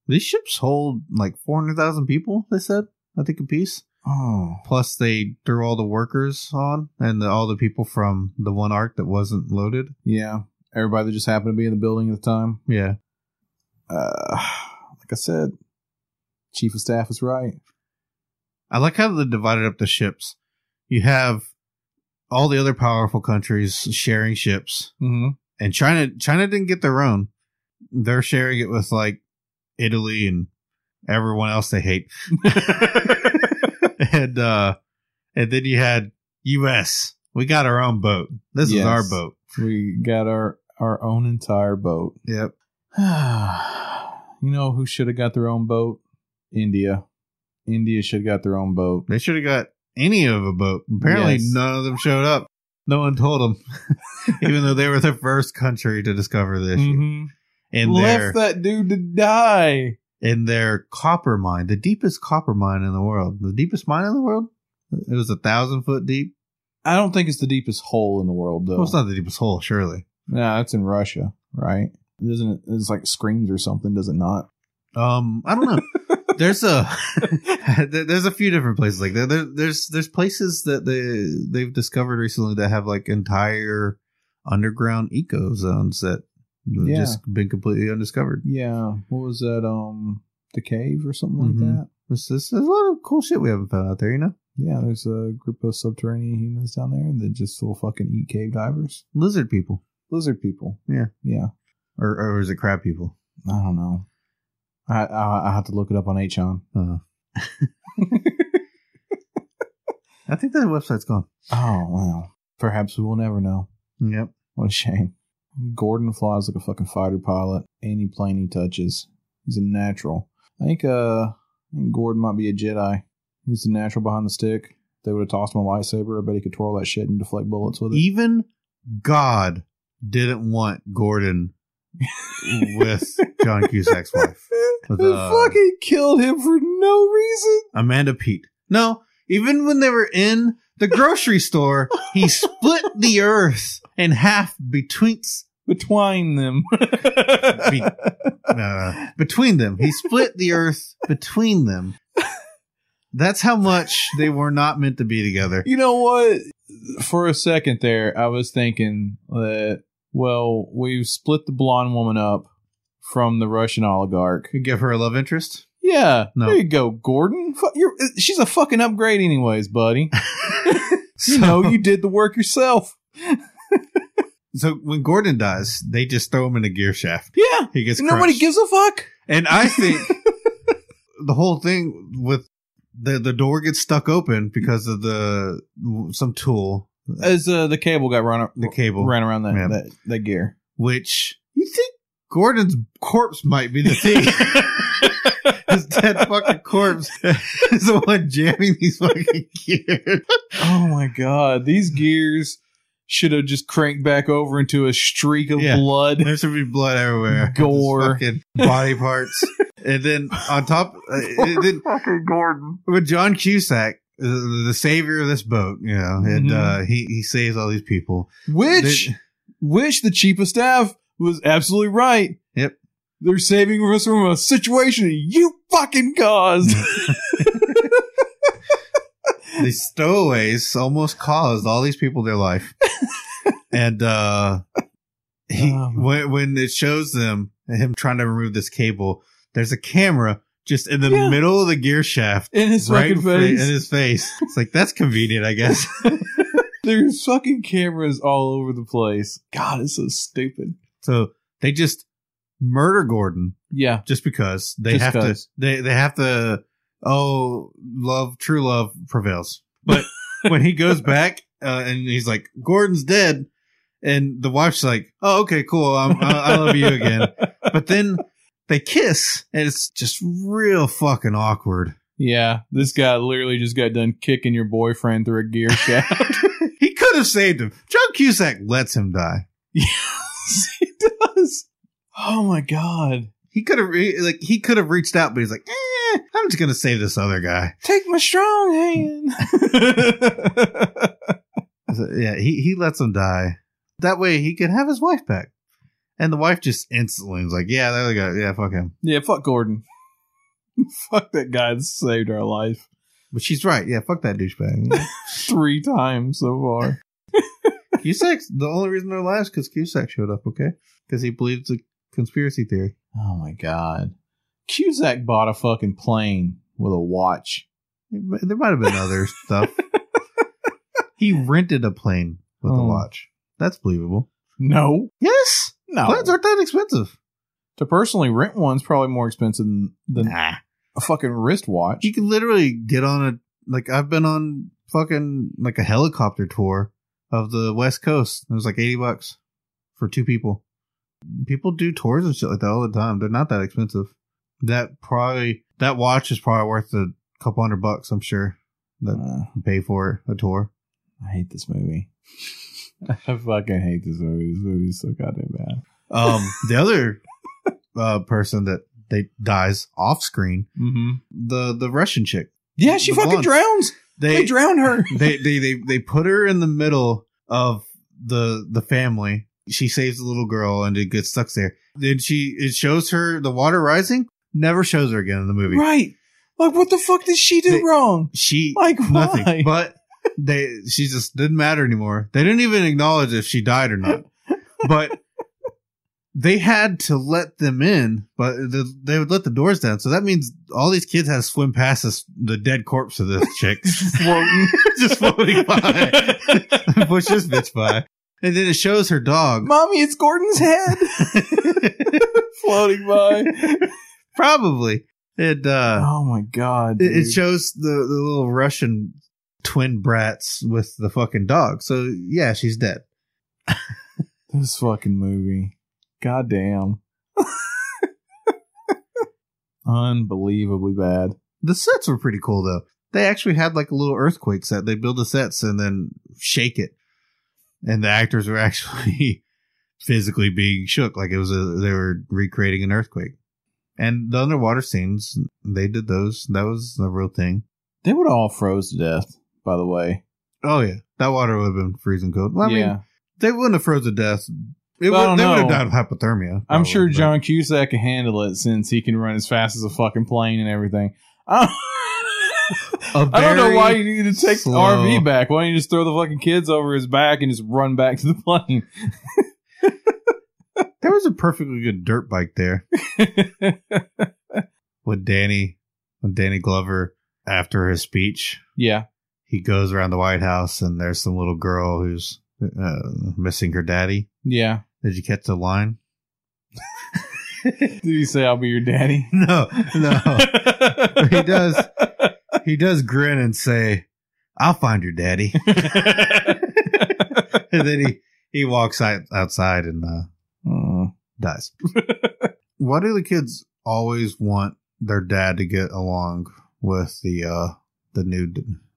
these ships hold like 400000 people they said i think a piece Oh. Plus, they threw all the workers on and the, all the people from the one arc that wasn't loaded. Yeah. everybody that just happened to be in the building at the time. Yeah. Uh, like I said, chief of staff is right. I like how they divided up the ships. You have all the other powerful countries sharing ships, Mm-hmm. and China China didn't get their own. They're sharing it with like Italy and everyone else they [LAUGHS] hate. and uh and then you had US. We got our own boat. This is Yes. our boat. We got our our own entire boat. [SIGHS] Yep. you know who should have got their own boat? India. India should have got their own boat. They should have got any of a boat. Apparently, Yes. none of them showed up. No one told them, [LAUGHS] even though they were the first country to discover the issue. In their Mm-hmm. Left that dude to die. in their copper mine, the deepest copper mine in the world, the deepest mine in the world. It was a thousand foot deep. I don't think it's the deepest hole in the world, though. Well, it's not the deepest hole, surely. Nah, that's in Russia, right? It doesn't it's like screams or something, does it not? Um, I don't know. there's a [LAUGHS] there- there's a few different places like that. There, there's there's places that they they've discovered recently that have like entire underground eco zones that have Yeah. just been completely undiscovered. Yeah. What was that? Um the cave or something like Mhm. that? There's, there's a lot of cool shit we haven't found out there, you know. Yeah, there's a group of subterranean humans down there that just will fucking eat cave divers. Lizard people, Lizard people. Yeah. Yeah. or or is it crab people? I don't know. I I, I have to look it up on [LAUGHS] Hon. Uh, I think that website's gone. Oh well. Perhaps we will never know. Yep. What a shame. Gordon flies like a fucking fighter pilot. Any plane he touches, he's a natural. I think uh, I think Gordon might be a Jedi. He's the natural behind the stick. They would have tossed him a lightsaber. I bet he could twirl that shit and deflect bullets with it. Even God didn't want Gordon with John Cusack's wife, With, They uh, fucking killed him for no reason. Amanda Pete. No, even when they were in the grocery store, he split the earth in half betwixt [LAUGHS] Between them. uh, between them. He split the earth between them. That's how much they were not meant to be together. You know what? For a second there, I was thinking that, well, we've split the blonde woman up from the Russian oligarch. You give her a love interest. Yeah, No. there you go, Gordon. Fu- You're, uh, she's a fucking upgrade, anyways, [LAUGHS] buddy. you know, you did the work yourself. So when Gordon dies, they just throw him in a gear shaft. Yeah, He gets nobody crushed. gives a fuck. And I think the whole thing with the the door gets stuck open because of the some tool, As uh, the cable got run, the cable, ran around that, Yeah. that [LAUGHS] that gear. which you think Gordon's corpse might be the [LAUGHS] thing. [LAUGHS] His dead fucking corpse is the one jamming these fucking gears. [LAUGHS] Oh my god, these gears should have just cranked back over into a streak of Yeah. [LAUGHS] blood. There should be blood everywhere, Gore. Just fucking body parts, and then on top, uh, and then fucking Gordon. with John Cusack, uh, the savior of this boat, you know, and uh, he he saves all these people. Which, They- which the chief of staff was absolutely right. Yep. They're saving us from a situation you fucking [LAUGHS] caused. the stowaways almost caused all these people their [LAUGHS] life. and uh he Oh, my- when, when it shows them him trying to remove this cable, there's a camera just in the Yeah. middle of the gear shaft. in his Right fucking fr- in face. his face. It's like that's convenient, I [LAUGHS] guess. There's fucking cameras all over the place. God, it's so stupid. so they just murder Gordon Yeah. just because they Just have 'cause. to. They they have to. Oh, love, true love prevails. But when he goes back uh, and he's like, Gordon's dead, and the wife's like, Oh, okay, cool. I'm, I, I love you [LAUGHS] again. But then they kiss, and it's just real fucking awkward. Yeah. This guy literally just got done kicking your boyfriend through a gear shaft. [LAUGHS] He could have saved him. John Cusack lets him die. yes, he does. Oh my God. He could have re- like he could have reached out, but he's like, eh, I'm just gonna save this other guy. Take my strong [LAUGHS] hand. So, yeah, he, he lets him die. That way he can have his wife back. And the wife just instantly is like, yeah, there we go. Yeah, fuck him. Yeah, fuck Gordon. [LAUGHS] fuck that guy that saved our life [LAUGHS] But she's right. Yeah, fuck that douchebag. three times so far. Cusack's the only reason they're alive is because Cusack showed up, okay? Because he believes the conspiracy theory. Oh my god. Cusack bought a fucking plane with a watch. There might have been [LAUGHS] other stuff. He rented a plane with a Oh. watch. That's believable. No. Yes. No. Planes aren't that expensive. to personally rent one's probably more expensive than, than Nah. a fucking wristwatch. You can literally get on a like I've been on fucking like a helicopter tour of the West Coast. It was like eighty bucks for two people. People do tours and shit like that all the time. They're not that expensive. That probably that watch is probably worth a couple hundred bucks, I'm sure. Uh, You Pay for a tour. I hate this movie. [LAUGHS] I fucking hate this movie. This movie is so goddamn bad. Um the other uh person that they dies off screen, Mm-hmm. the the Russian chick. Yeah, she The fucking blonde. drowns. They, drown [LAUGHS] her. they, they they they put her in the middle of the the family. She saves the little girl and it gets stuck there. Then she it shows her the water rising. Never shows her again in the movie. right. Like, what the fuck did she do They- wrong? She Like, nothing. why? But they she just didn't matter anymore. They didn't even acknowledge if she died or not. But they had to let them in, but the, they would let the doors down. So that means all these kids had to swim past this, the dead corpse of this chick, [LAUGHS] Floating. just floating by. [LAUGHS] push this bitch by. And then it shows her dog. [LAUGHS] [LAUGHS] Mommy, it's Gordon's head [LAUGHS] floating by. Probably. It uh [LAUGHS] Oh my god. it, it dude. shows the, the little Russian twin brats with the fucking dog. So yeah, she's dead. This fucking movie. God damn. [LAUGHS] Unbelievably bad. The sets were pretty cool though. They actually had like a little earthquake set. They build the sets and then shake it. And the actors were [LAUGHS] actually physically being shook like it was a, they were recreating an earthquake. And the underwater scenes, they did those. That was a real thing. They would all froze to death, by the way. Oh yeah, that water would have been freezing cold. Well, I yeah. mean, they wouldn't have froze to death. It Well, I don't would, they would have died know. of hypothermia. I'm sure probably, but- John Cusack can handle it since he can run as fast as a fucking plane and everything. [LAUGHS] I A I don't know why very you need to take slow- the RV back. Why don't you just throw the fucking kids over his back and just run back to the plane? [LAUGHS] there was a perfectly good dirt bike there with Danny, with Danny Glover. After his speech, yeah. he goes around the White House, and there's some little girl who's uh, missing her daddy. [LAUGHS] Yeah. Did you catch the line? [LAUGHS] Did he say I'll be your daddy? No, [LAUGHS] no. he does. He does grin and say, "I'll find your daddy." [LAUGHS] Hmm. and then he he walks out, outside and uh, Mm. [LAUGHS] dies. Why do the kids always want their dad to get along with the uh the new?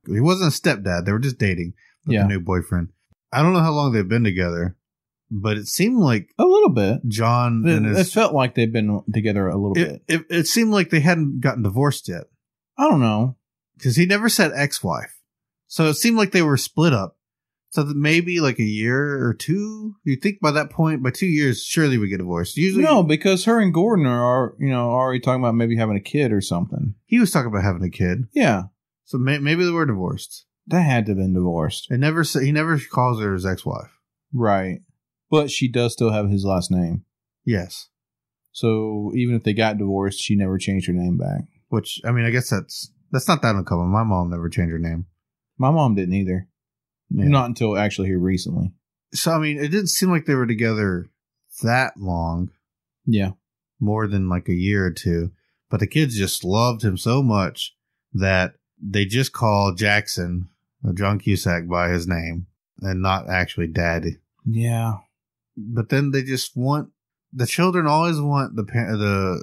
He wasn't a stepdad; they were just dating with Yeah. the new boyfriend. I don't know how long they've been together, but it seemed like A little bit. John It, and it his. felt like they've been together a little It, bit. it, it seemed like they hadn't gotten divorced yet I don't know. because he never said ex-wife, so it seemed like they were split up. So that maybe like a year or two. You think by that point, by two years, surely we get divorced. Usually, No, because her and Gordon are, you know, already talking about maybe having a kid or something. he was talking about having a kid. Yeah, So may- maybe they were divorced. that had to have been divorced, It never sa- he never calls her his ex-wife. right? But she does still have his last name, Yes, so even if they got divorced, she never changed her name back. which I mean, I guess that's that's not that uncommon. My mom never changed her name. My mom didn't either, Yeah. not until actually here recently. So I mean, it didn't seem like they were together that long, Yeah, more than like a year or two. But the kids just loved him so much that they just call Jackson, uh, John Cusack, by his name and not actually daddy. yeah, But then they just want the children always want the pa- the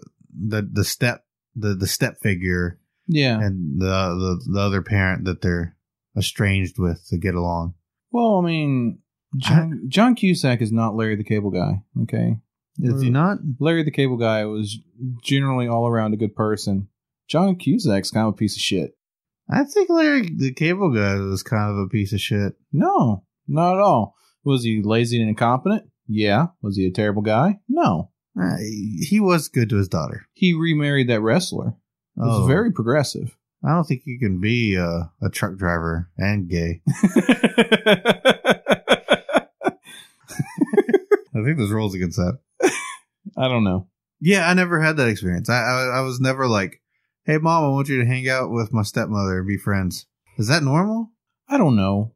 the the step the the step figure yeah. and the, the the other parent that they're estranged with to get along. Well, I mean, John, John Cusack is not Larry the Cable Guy. Okay, Is he Or- not? Larry the Cable Guy was generally all around a good person. John Cusack's kind of a piece of shit. I think Larry the Cable Guy was kind of a piece of shit. No, not at all. Was he lazy and incompetent? Yeah. Was he a terrible guy? No. Uh, he he was good to his daughter. He remarried that wrestler. It was Oh. very progressive. [LAUGHS] I don't think you can [LAUGHS] be uh, a truck driver and gay. think there's rules against that. I don't know. Yeah, I never had that experience. I, I I was never like, "Hey, mom, I want you to hang out with my stepmother and be friends." Is that normal? I don't know.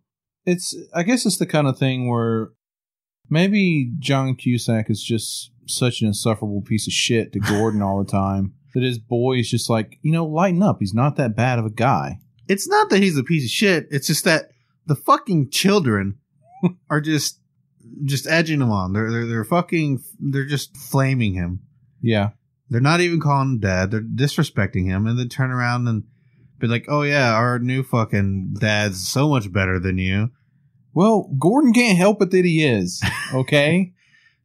It's I guess it's the kind of thing where maybe John Cusack is just such an insufferable piece of shit to Gordon all the time that his boy is just like, you know, lighten up. He's not that bad of a guy. It's not that he's a piece of shit. It's just that the fucking children [LAUGHS] are just just edging him on. They're they're, they're fucking they're just flaming him. Yeah. They're not even calling him dad. They're disrespecting him, and then turn around and be like, "Oh yeah, our new fucking dad's so much better than you." [LAUGHS] Well, Gordon can't help it that he is. Okay.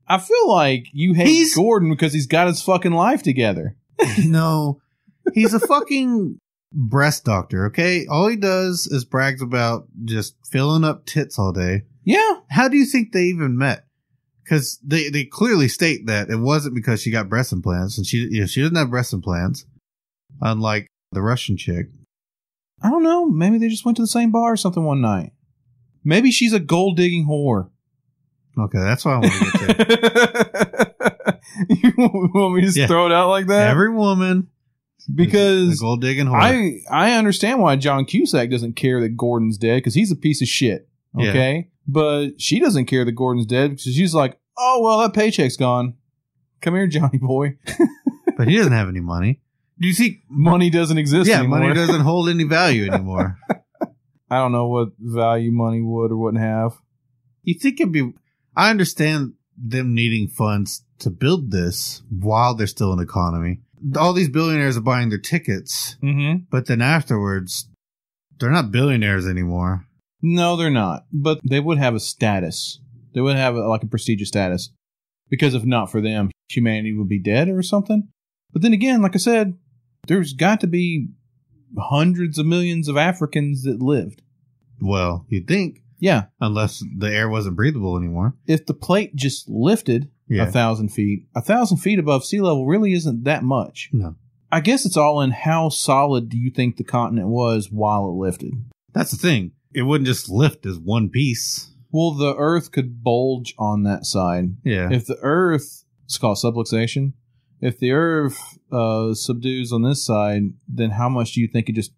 I feel like you hate He's- Gordon because he's got his fucking life together. no, he's a fucking breast doctor. Okay, all he does is brags about just filling up tits all day. Yeah. How do you think they even met? Because they, they clearly state that it wasn't because she got breast implants, and she you know, she doesn't have breast implants, unlike the Russian chick. I don't know. Maybe they just went to the same bar or something one night. Maybe she's a gold digging whore. Okay, that's why I want to get to. [LAUGHS] you want me to just Yeah. throw it out like that? Every woman is a because gold digging whore. I I understand why John Cusack doesn't care that Gordon's dead because he's a piece of shit. Yeah. Okay, but she doesn't care that Gordon's dead because she's like, oh well, that paycheck's gone. Come here, Johnny boy. but he doesn't have any [LAUGHS] money. Do you think? Money doesn't exist Yeah, anymore. money doesn't hold any [LAUGHS] value anymore. I don't know what value money would or wouldn't have. You think it'd be? I understand them needing funds to build this while they're still an economy. All these billionaires are buying their tickets, Mm-hmm. but then afterwards, they're not billionaires anymore. No, they're not. But they would have a status. They would have like a prestigious status because if not for them, humanity would be dead or something. But then again, like I said, there's got to be hundreds of millions of Africans that lived. Well, you'd think, Yeah. unless the air wasn't breathable anymore. If the plate just lifted Yeah. a thousand feet, a thousand feet above sea level really isn't that much. No. I guess it's all in how solid do you think the continent was while it lifted? That's the thing. It wouldn't just lift as one piece. Well, the earth could bulge on that side. Yeah. If the earth, it's called subluxation, if the earth uh, subdues on this side, then how much do you think it just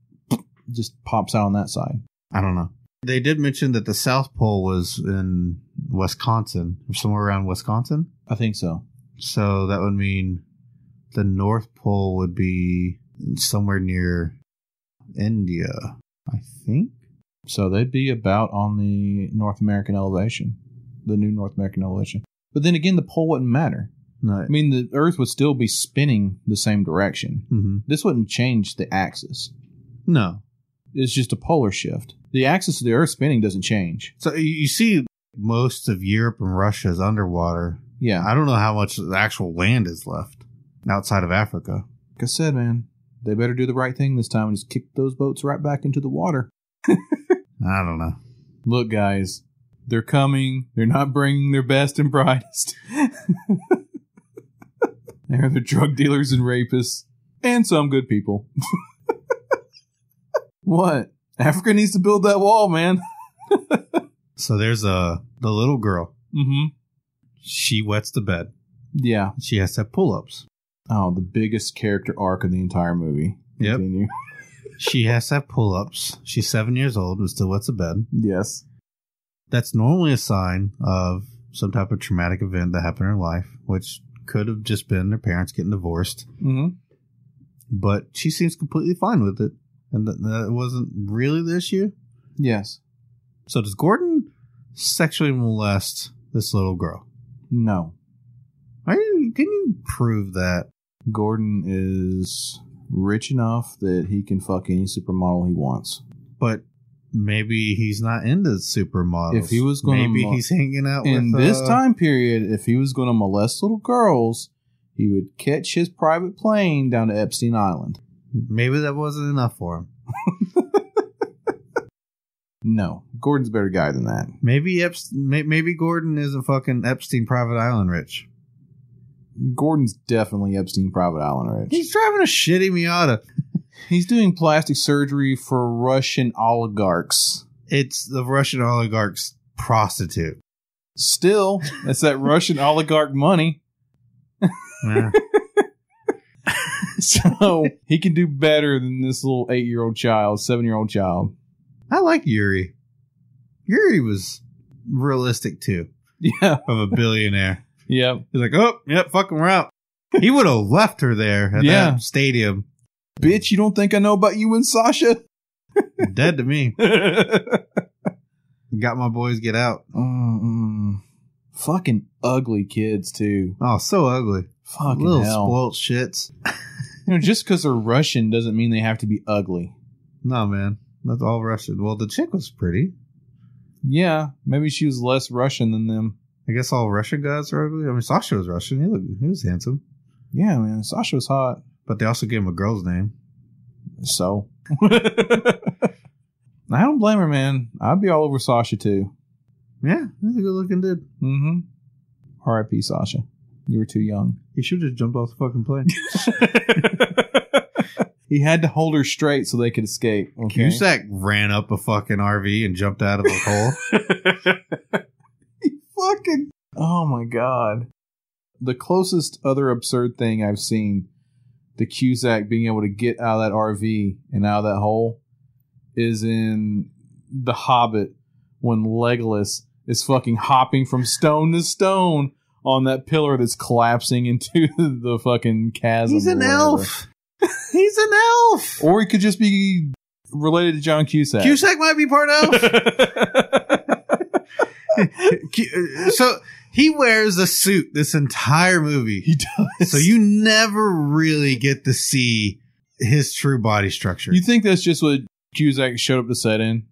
just pops out on that side? I don't know. They did mention that the South Pole was in Wisconsin, or somewhere around Wisconsin. I think so. So that would mean the North Pole would be somewhere near India, I think. So they'd be about on the North American elevation, the new North American elevation. But then again, the pole wouldn't matter. No. I mean, the Earth would still be spinning the same direction. hmm This wouldn't change the axis. No. It's just a polar shift. The axis of the Earth spinning doesn't change. So you- you see, most of Europe and Russia is underwater. Yeah. I don't know how much the actual land is left outside of Africa. Like I said, man, they better do the right thing this time and just kick those boats right back into the water. I don't know. Look, guys, they're coming. They're not bringing their best and brightest. [LAUGHS] they're the drug dealers and rapists and some good people. [LAUGHS] what? Africa needs to build that wall, man. So there's a the little girl. Mm-hmm. She wets the bed. Yeah. She has to have pull ups. Oh, the biggest character arc of the entire movie. Yep. Continue. She has to have pull ups. She's seven years old and still wets the bed. Yes. that's normally a sign of some type of traumatic event that happened in her life, which could have just been their parents getting divorced. Mm-hmm. But she seems completely fine with it, and that, that wasn't really the issue. Yes. So does Gordon sexually molest this little girl? No. Are you, can you prove that? Gordon is rich enough that he can fuck any supermodel he wants. But maybe he's not into supermodels. If he was gonna maybe mo- he's hanging out In with this uh, time period, if he was going to molest little girls, he would catch his private plane down to Epstein Island. Maybe that wasn't enough for him. No, Gordon's a better guy than that. Maybe Epst- may- maybe Gordon isn't fucking Epstein private island rich. Gordon's definitely Epstein private island rich. He's driving a shitty Miata. He's doing plastic surgery for Russian oligarchs. [LAUGHS] It's the Russian oligarch's prostitute. Still, that's that Russian oligarch money. [LAUGHS] Yeah. So he can do better than this little eight year old child, seven year old child. [LAUGHS] I like Yuri. Yuri was realistic too Yeah. of a billionaire. Yeah. He's like, oh, yep, fuck him, we're out. He would have left her there at Yeah. that stadium. Bitch, you don't think I know about you and Sasha? Dead to me. Mm, Got my boys get out. mm. Fucking ugly kids, too. Oh, so ugly. Fucking Little hell. spoilt shits. You know, just because they're Russian doesn't mean they have to be ugly. No, man. That's all Russian. Well, the chick was pretty. Yeah, maybe she was less Russian than them. I guess all Russian guys are ugly. I mean, Sasha was Russian. He looked, he was handsome. Yeah, man, Sasha was hot. But they also gave him a girl's name. So I don't blame her, man. I'd be all over Sasha too. Yeah, he's a good looking dude. Mm-hmm. R.I.P. Sasha. You were too young. He should have jumped off the fucking plane. he had to hold her straight so they could escape. [LAUGHS] Okay. Cusack ran up a fucking RV and jumped out of a [LAUGHS] hole. fucking Oh my god. The closest other absurd thing I've seen to Cusack being able to get out of that RV and out of that hole is in The Hobbit when Legolas is fucking hopping from stone to stone on that pillar that's collapsing into [LAUGHS] the fucking chasm. He's or an whatever. elf. [LAUGHS] He's an elf. Or he could just be related to John Cusack. Cusack might be part elf. Cu- uh, so he wears a suit this entire movie. [LAUGHS] he does. So you never really get to see his true body structure. You think that's just what Cusack showed up to set in?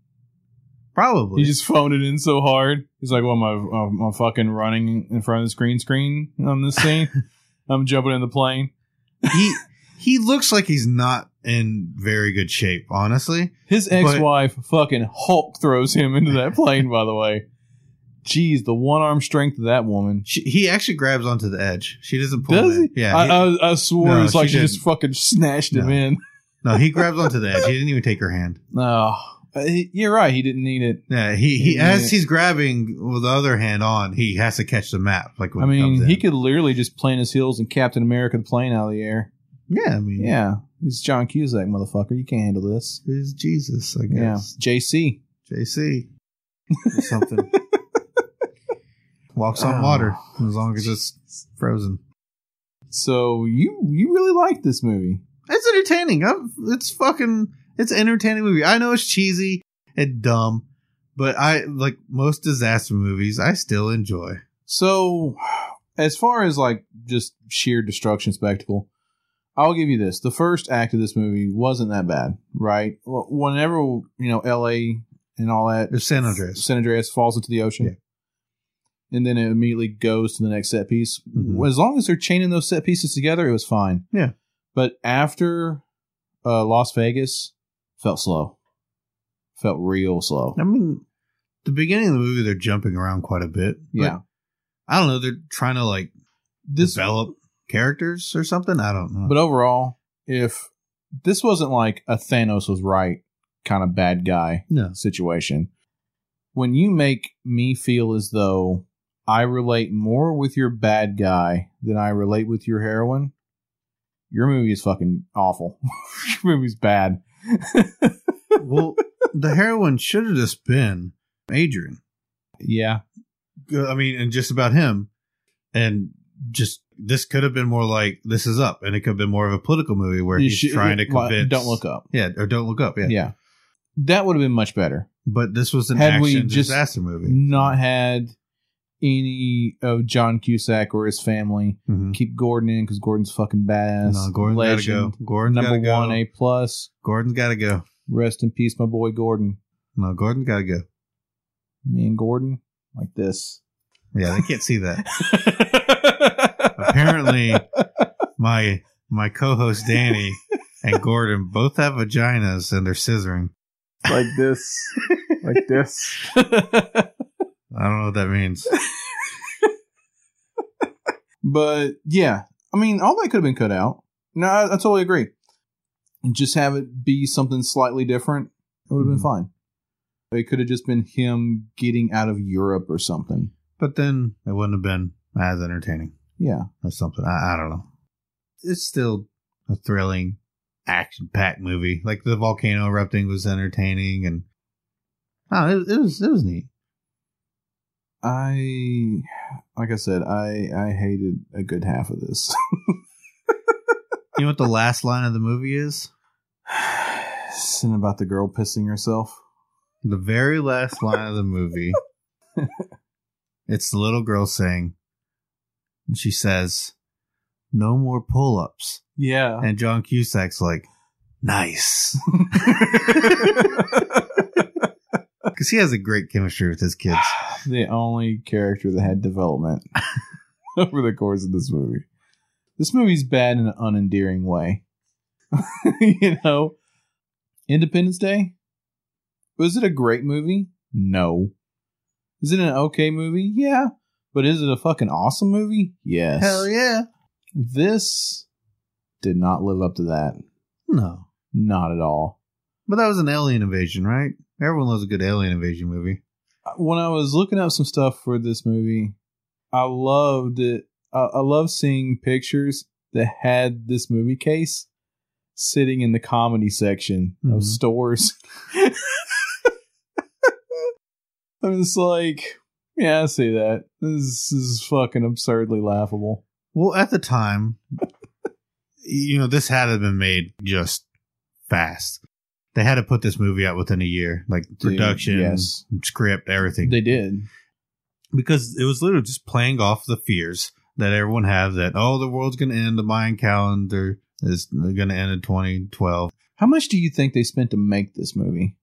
Probably. He just phoned it in so hard. He's like, "Well, am I, am I fucking running in front of this green screen on [LAUGHS] this scene? I'm jumping in the plane." he he looks like he's not in very good shape, honestly. His But- ex-wife fucking Hulk throws him [LAUGHS] into that plane. By the way, jeez, the one arm strength of that woman. She, he actually grabs onto the edge. She doesn't pull. Does it. he? Yeah. I, uh, he- I, I swore No, it's like she she just didn't. fucking snatched him No. in. [LAUGHS] no, he grabs onto the edge. He didn't even take her hand. No, Uh, he- you're right. He didn't need it. Yeah. He he Yeah. as he's grabbing with the other hand on, he has to catch the map. Like when I it comes mean, he in. could literally just plant his heels and Captain America the plane out of the air. Yeah. I mean. Yeah, he's John Cusack, motherfucker. You can't handle this. Is Jesus? I Yeah, guess. JC. [LAUGHS] JC or something. Walks on Oh. water as long as it's frozen. So you you really like this movie? It's entertaining. I'm, it's fucking. It's an entertaining movie. I know it's cheesy and dumb, but I like most disaster movies. I still enjoy. So as far as like just sheer destruction spectacle, I'll give you this: the first act of this movie wasn't that bad, right? Well, Whenever you know L.A. and all that, It's San Andreas. San Andreas falls into the ocean. And then it immediately goes to the next set piece. Mhm. As long as they're chaining those set pieces together, it was fine. Yeah. But after uh, Las Vegas, felt slow. Felt real slow. I mean, the beginning of the movie, they're jumping around quite a bit. but yeah. I don't know. They're trying to like This develop characters or something. I don't know. But overall, if this wasn't like a Thanos was right kind of bad guy no, situation, when you make me feel as though I relate more with your bad guy than I relate with your heroine, your movie is fucking awful. [LAUGHS] your movie's bad. [LAUGHS] well, the heroine should have just been Adrian. Yeah. I mean, and just about him, and just this could have been more like this is up, and it could have been more of a political movie where You he's should- trying to well, convince. Don't look up. yeah, or don't look up, yeah. Yeah. That would have been much better. But this was an Had action we just disaster movie. Not had any of John Cusack or his family hmm keep Gordon in because Gordon's fucking badass. no, Gordon's got to go. legend. Gordon's got Number to go. one, A plus. Gordon's got to go. Rest in peace, my boy Gordon. No, Gordon's got to go. Me and Gordon, like [LAUGHS] this. Yeah, they can't see that. [LAUGHS] Apparently, my my co-host Danny and Gordon both have vaginas, and they're scissoring. like this. Like this. I don't know what that means. but yeah, I mean, all that could have been cut out. No, I, I totally agree. Just have it be something slightly different. It would have Mhm. been fine. It could have just been him getting out of Europe or something. But then it wouldn't have been as entertaining Yeah. or something. I, I don't know. It's still a thrilling, action packed movie. Like the volcano erupting was entertaining, and oh, it, it was it was neat. I like I said, I I hated a good half of this. [SIGHS] You know what the last line of the movie is? Something about the girl pissing herself. The very last line of the movie. it's the little girl saying, and she says, "No more pull-ups." Yeah. [LAUGHS] [LAUGHS] And John Cusack's like, "Nice," [LAUGHS] because he has a great chemistry with his kids. [SIGHS] the only character that had development [LAUGHS] over the course of this movie. This movie's bad in an unendearing way. [LAUGHS] you know, Independence Day? Was it a great movie? No. Is it an okay movie? Yeah. But is it a fucking awesome movie? Yes. yeah! This did not live up to that. No, Not at all. but that was an alien invasion, right? Everyone loves a good alien invasion movie. when I was looking up some stuff for this movie, I loved it. I, I love seeing pictures that had this movie case sitting in the comedy section Mhm. of stores. I'm just like, yeah, I see that. This is fucking absurdly laughable. Well, at the time, [LAUGHS] you know, this had to have been made just fast. They had to put this movie out within a year, like production, yes, script, everything. they did. because it was literally just playing off the fears that everyone had that oh the world's going to end the mayan calendar is going to end in 2012 How much do you think they spent to make this movie?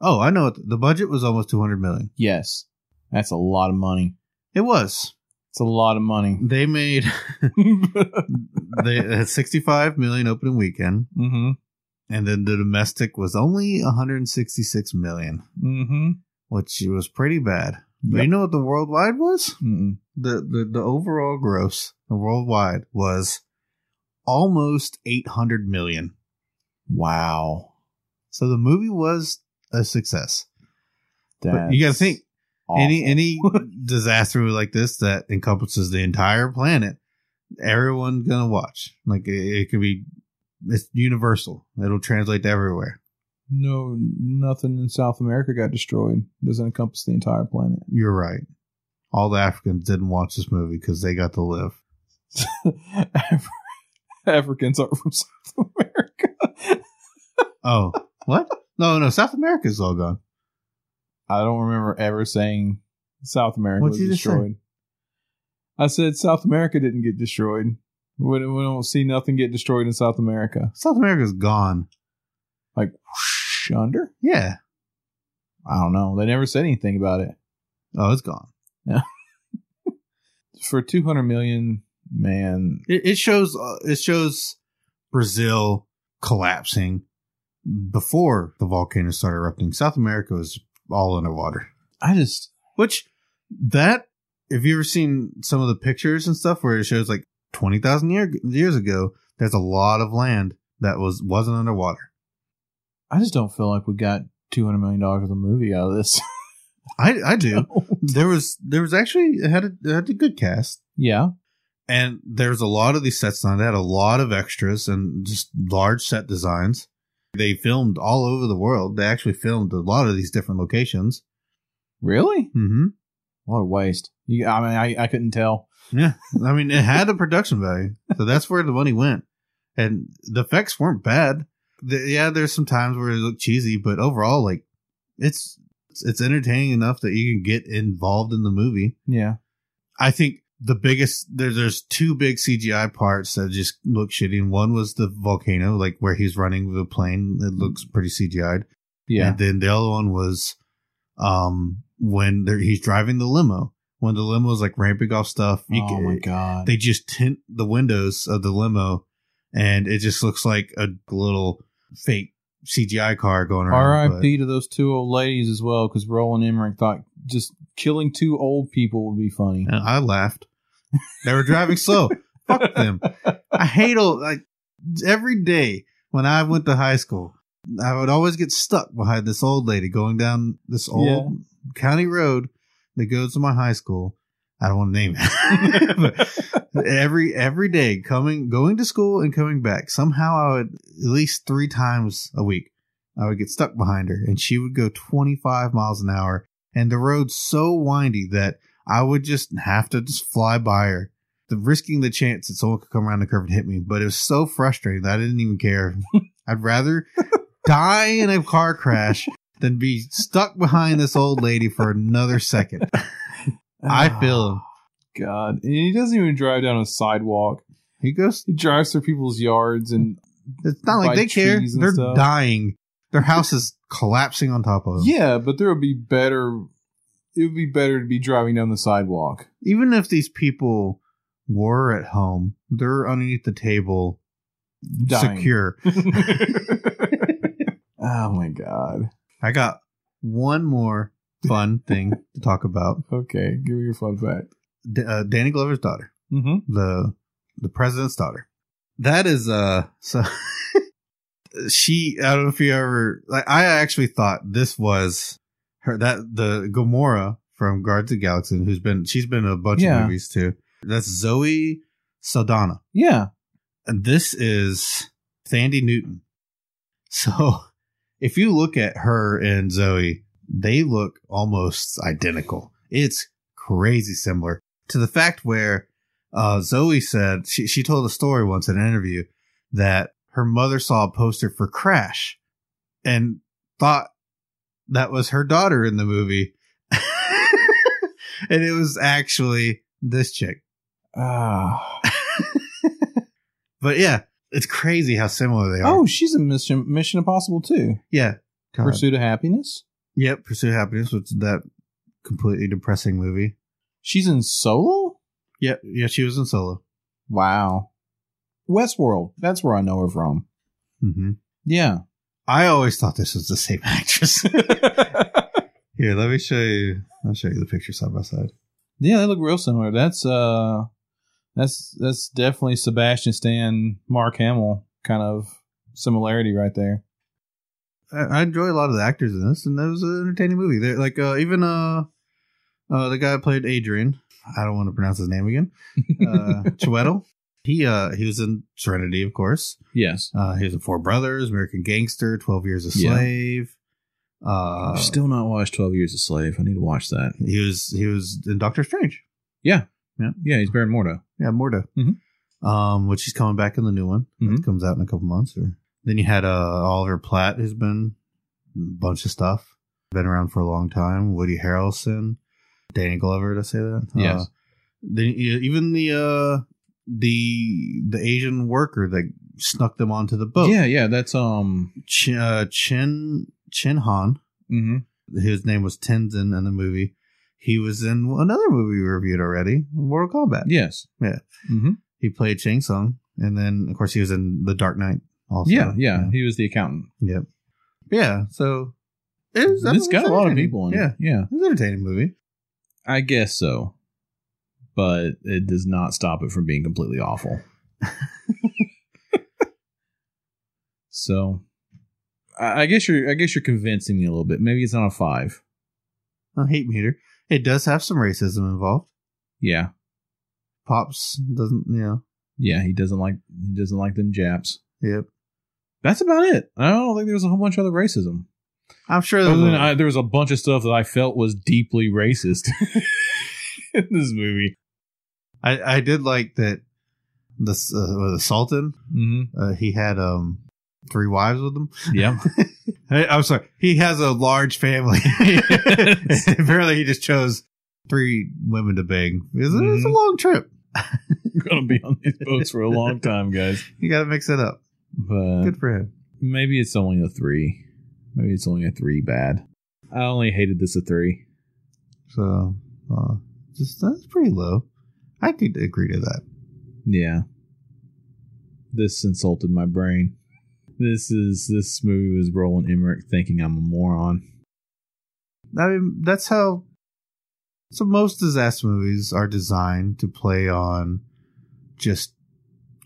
oh i know it. the budget was almost 200 million Yes, that's a lot of money. it was It's a lot of [LAUGHS] money. [LAUGHS] they made mm-hmm. they had 65 million opening weekend and then the domestic was only 166 million Mm-hmm. which was pretty bad but Yep. you know what the worldwide was Mm-mm. the, the the overall gross the worldwide was almost 800 million Wow. So the movie was a success. But That's you got to think awful. any any [LAUGHS] disaster movie like this that encompasses the entire planet, everyone gonna watch. Like it, it could be, it's universal. It'll translate to everywhere. no nothing in South America got destroyed. Doesn't encompass the entire planet. [LAUGHS] You're right. All the Africans didn't watch this movie because they got to live. Af- Africans aren't from [LAUGHS] South America. Oh, what? No, no. South America's all gone. I don't remember ever saying South America What'd was you just say? destroyed. I said South America didn't get destroyed. We, don't- we don't see nothing get destroyed in South America. South America's gone. Like whoosh, under? Yeah. I don't know. They never said anything about it. Oh, it's gone. For two hundred million, man, It, it shows. Uh, it shows Brazil collapsing before the volcano started erupting. South America was all underwater. I just Which that, if you ever seen some of the pictures and stuff where it shows like twenty thousand year, years ago, there's a lot of land that was wasn't underwater. I just don't feel like we got two hundred million dollars worth of movie out of this. [LAUGHS] I I do. there was there was actually it had a, it had a good cast. yeah, And there's a lot of these sets on. They had a lot of extras and just large set designs. They filmed all over the world. They actually filmed a lot of these different locations. really? hmm What a waste! You, I mean, I, I couldn't tell. Yeah, I mean, it had a production value, so that's where the money went. And the effects weren't bad. The, yeah, there's some times where it looked cheesy, but overall, like it's it's entertaining enough that you can get involved in the movie. Yeah, I think the biggest there, there's two big CGI parts that just look shitty. And one was the volcano, like where he's running with a plane. It looks pretty CGI'd. Mm-hmm. yeah, And then the other one was um when they're, he's driving the limo. When the limo's like ramping off stuff, you oh ca- my god! they just tint the windows of the limo, and it just looks like a little fake CGI car going around. R.I.P. to those two old ladies as well, because Roland Emmerich thought just killing two old people would be funny. But- And I laughed. They were driving slow. [LAUGHS] Fuck [LAUGHS] them. I hate old like every day when I went to high school, I would always get stuck behind this old lady going down this old county road that goes to my high school. I don't want to name it. [LAUGHS] but every every day coming going to school and coming back, somehow I would at least three times a week I would get stuck behind her and she would go 25 miles an hour and the road's so windy that I would just have to just fly by her. The risking the chance that someone could come around the curve and hit me, but it was so frustrating that I didn't even care. [LAUGHS] I'd rather die in a car crash than be stuck behind this old lady for another second. I feel him. Oh God, and he doesn't even drive down a sidewalk. He goes. He drives through people's yards and It's not By like they care. trees and They're stuff. dying. Their house is collapsing on top of them. yeah, but there would be better. It would be better to be driving down the sidewalk. Even if these people were at home, they're underneath the table, Dying. secure. [LAUGHS] oh my god. I got one more fun thing to talk about. Okay, give me your fun fact. D- uh, Danny Glover's daughter, Mm-hmm. the the president's daughter. That is uh so. [LAUGHS] she I don't know if you ever like I actually thought this was her that the Gamora from Guards of the Galaxy who's been she's been in a bunch Yeah. of movies too. That's Zoe Saldana. Yeah. And this is Thandi Newton. So if you look at her and Zoe, they look almost identical. It's crazy similar to the fact where uh, Zoe said she, she told a story once in an interview that her mother saw a poster for Crash and thought that was her daughter in the movie. [LAUGHS] and it was actually this chick. Ah. But yeah, it's crazy how similar they are. oh, she's in Mission Mission Impossible too. yeah. God. Pursuit of Happiness. Yep, Pursuit of Happiness, which is that completely depressing movie. She's in Solo. Yep, yeah, she was in Solo. Wow. Westworld. That's where I know her from. hmm [LAUGHS] Yeah. I always thought this was the same [LAUGHS] actress. Here, let me show you. I'll show you the picture side by side. Yeah, they look real similar. That's uh, that's that's definitely Sebastian Stan, Mark Hamill kind of similarity right there. I, I enjoy a lot of the actors in this, and that was an entertaining movie. They're like uh, even uh, uh, the guy who played Adrian. I don't want to pronounce his name [LAUGHS] again. Uh, Chiwetel. He uh, he was in Serenity, of course. Yes, Uh, he was in Four Brothers, American Gangster, Twelve Years a Yeah. Slave. Uh, still not watched Twelve Years a Slave. I need to watch that. He was he was in Doctor Strange. Yeah, he's Baron Mordo. Yeah, Mordo. Mhm. Um, which he's coming back in the new one. It Mhm. comes out in a couple months. Or then you had uh Oliver Platt, who's been a bunch of stuff, been around for a long time. Woody Harrelson, Danny Glover. Did I say that? Yes. Uh, then you- even the uh the the Asian worker that snuck them onto the boat. Yeah, yeah, that's um. Ch- uh, Chin Chin Han. hmm His name was Tenzin in the movie. He was in another movie we reviewed already, Mortal Kombat. Yes. Yeah. hmm He played Shang Tsung, and then of course he was in The Dark Knight. Also, yeah, yeah, He was the accountant. yeah. Yeah, So it was, It's got a lot of entertaining. people in yeah, it. Yeah. it was an entertaining movie. I guess so. But it does not stop it from being [LAUGHS] completely awful. so I I guess you're I guess you're convincing me a little bit. Maybe it's not a five. A hate meter. It does have some racism involved. Yeah. Pops doesn't, you know. Yeah, he doesn't like he doesn't like them Japs. Yep. That's about it. I don't think there was a whole bunch of other racism. I'm sure. Other than that- I, there was a bunch of stuff that I felt was deeply racist [LAUGHS] in this movie. I, I did like that. This uh, the Sultan. Mm-hmm. Uh, he had um three wives with him. Yeah. Hey, I'm sorry. He has a large [LAUGHS] family. [LAUGHS] Apparently, he just chose three women to bang. It's, it's a Mhm. long trip. We're [LAUGHS] gonna be on these boats for a long time, guys. You got to mix it up. But Good for him. Maybe it's only a three. Maybe it's only a three bad. I only hated this a three. So, uh, just that's pretty low. I could agree to that. Yeah. This insulted my brain. This is this movie was Roland Emmerich thinking I'm a [LAUGHS] moron. I mean, that's how. So most disaster movies are designed to play on, just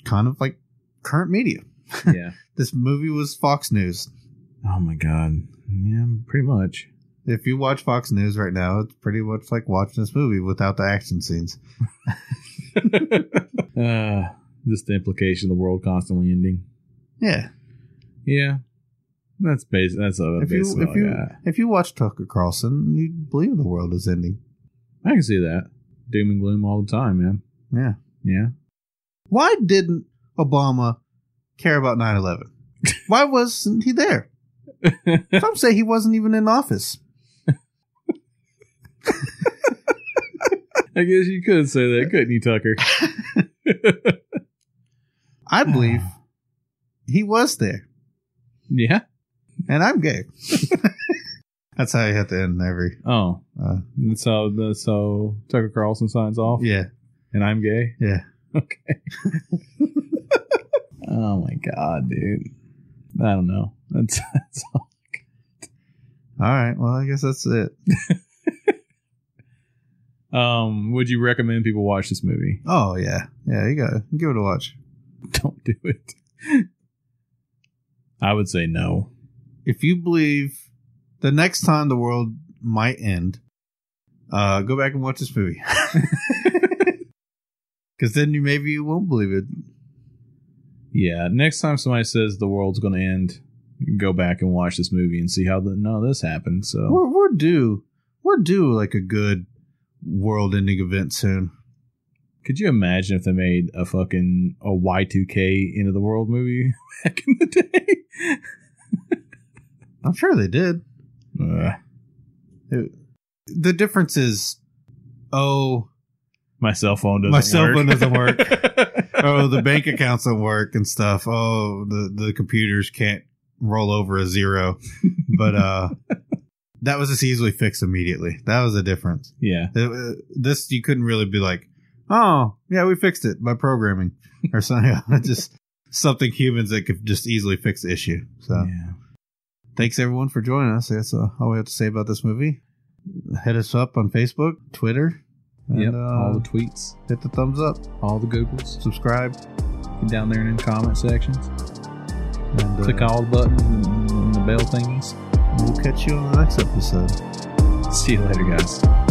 kind of like current media. Yeah. This movie was Fox News. oh my god. Yeah, pretty much. If you watch Fox News right now, it's pretty much like watching this movie without the action scenes. uh, just the implication of the world constantly ending. Yeah. Yeah, that's base. That's a If you base. if you if you watch Tucker Carlson, you believe the world is ending. I can see that doom and gloom all the time, man. Yeah. Yeah, Why didn't Obama care about 9-11? Why wasn't he there? Some say he wasn't even in office. I guess you could say that, couldn't you, Tucker? [LAUGHS] I believe he was there. yeah. And I'm gay. [LAUGHS] That's how you have to end every Oh, uh, so the so Tucker Carlson signs off, Yeah. and [LAUGHS] I'm gay. Yeah. Okay. [LAUGHS] oh my god, dude. I don't know. [LAUGHS] That's, that's all. All right. Well, I guess that's it. Um, would you recommend people watch this movie? [LAUGHS] Oh yeah, yeah. You go. Give it a watch. Don't do it. I would say no. If you believe the next time the world might end, uh, go back and watch this movie. [LAUGHS] Because then you maybe you won't believe it. Yeah, next time somebody says the world's going to end, go back and watch this movie and see how the no this happened. So We're we're due. We're due like a good world-ending event soon. Could you imagine if they made a fucking a Y two K end of the world movie [LAUGHS] back in the day? I'm sure they did. Ugh. The difference is, oh, my cell phone doesn't. My cell work. phone doesn't [LAUGHS] work. oh, oh, the bank accounts don't work and stuff. Oh, the the computers can't roll over a zero. But [LAUGHS] uh, that was just easily fixed immediately. That was the difference. yeah, It- uh, this you couldn't really be like, oh yeah, we fixed it by programming or something. [LAUGHS] just something humans that could just easily fix the issue. So yeah. thanks everyone for joining us. That's uh, all we have to say about this movie. Hit us up on Facebook, Twitter, and Yep, uh, all the tweets, hit the thumbs up, all the Googles subscribe, Get down there in the comment sections. and uh, Click all the buttons and, and the bell thingies. We'll catch you on the next episode. See you later, guys.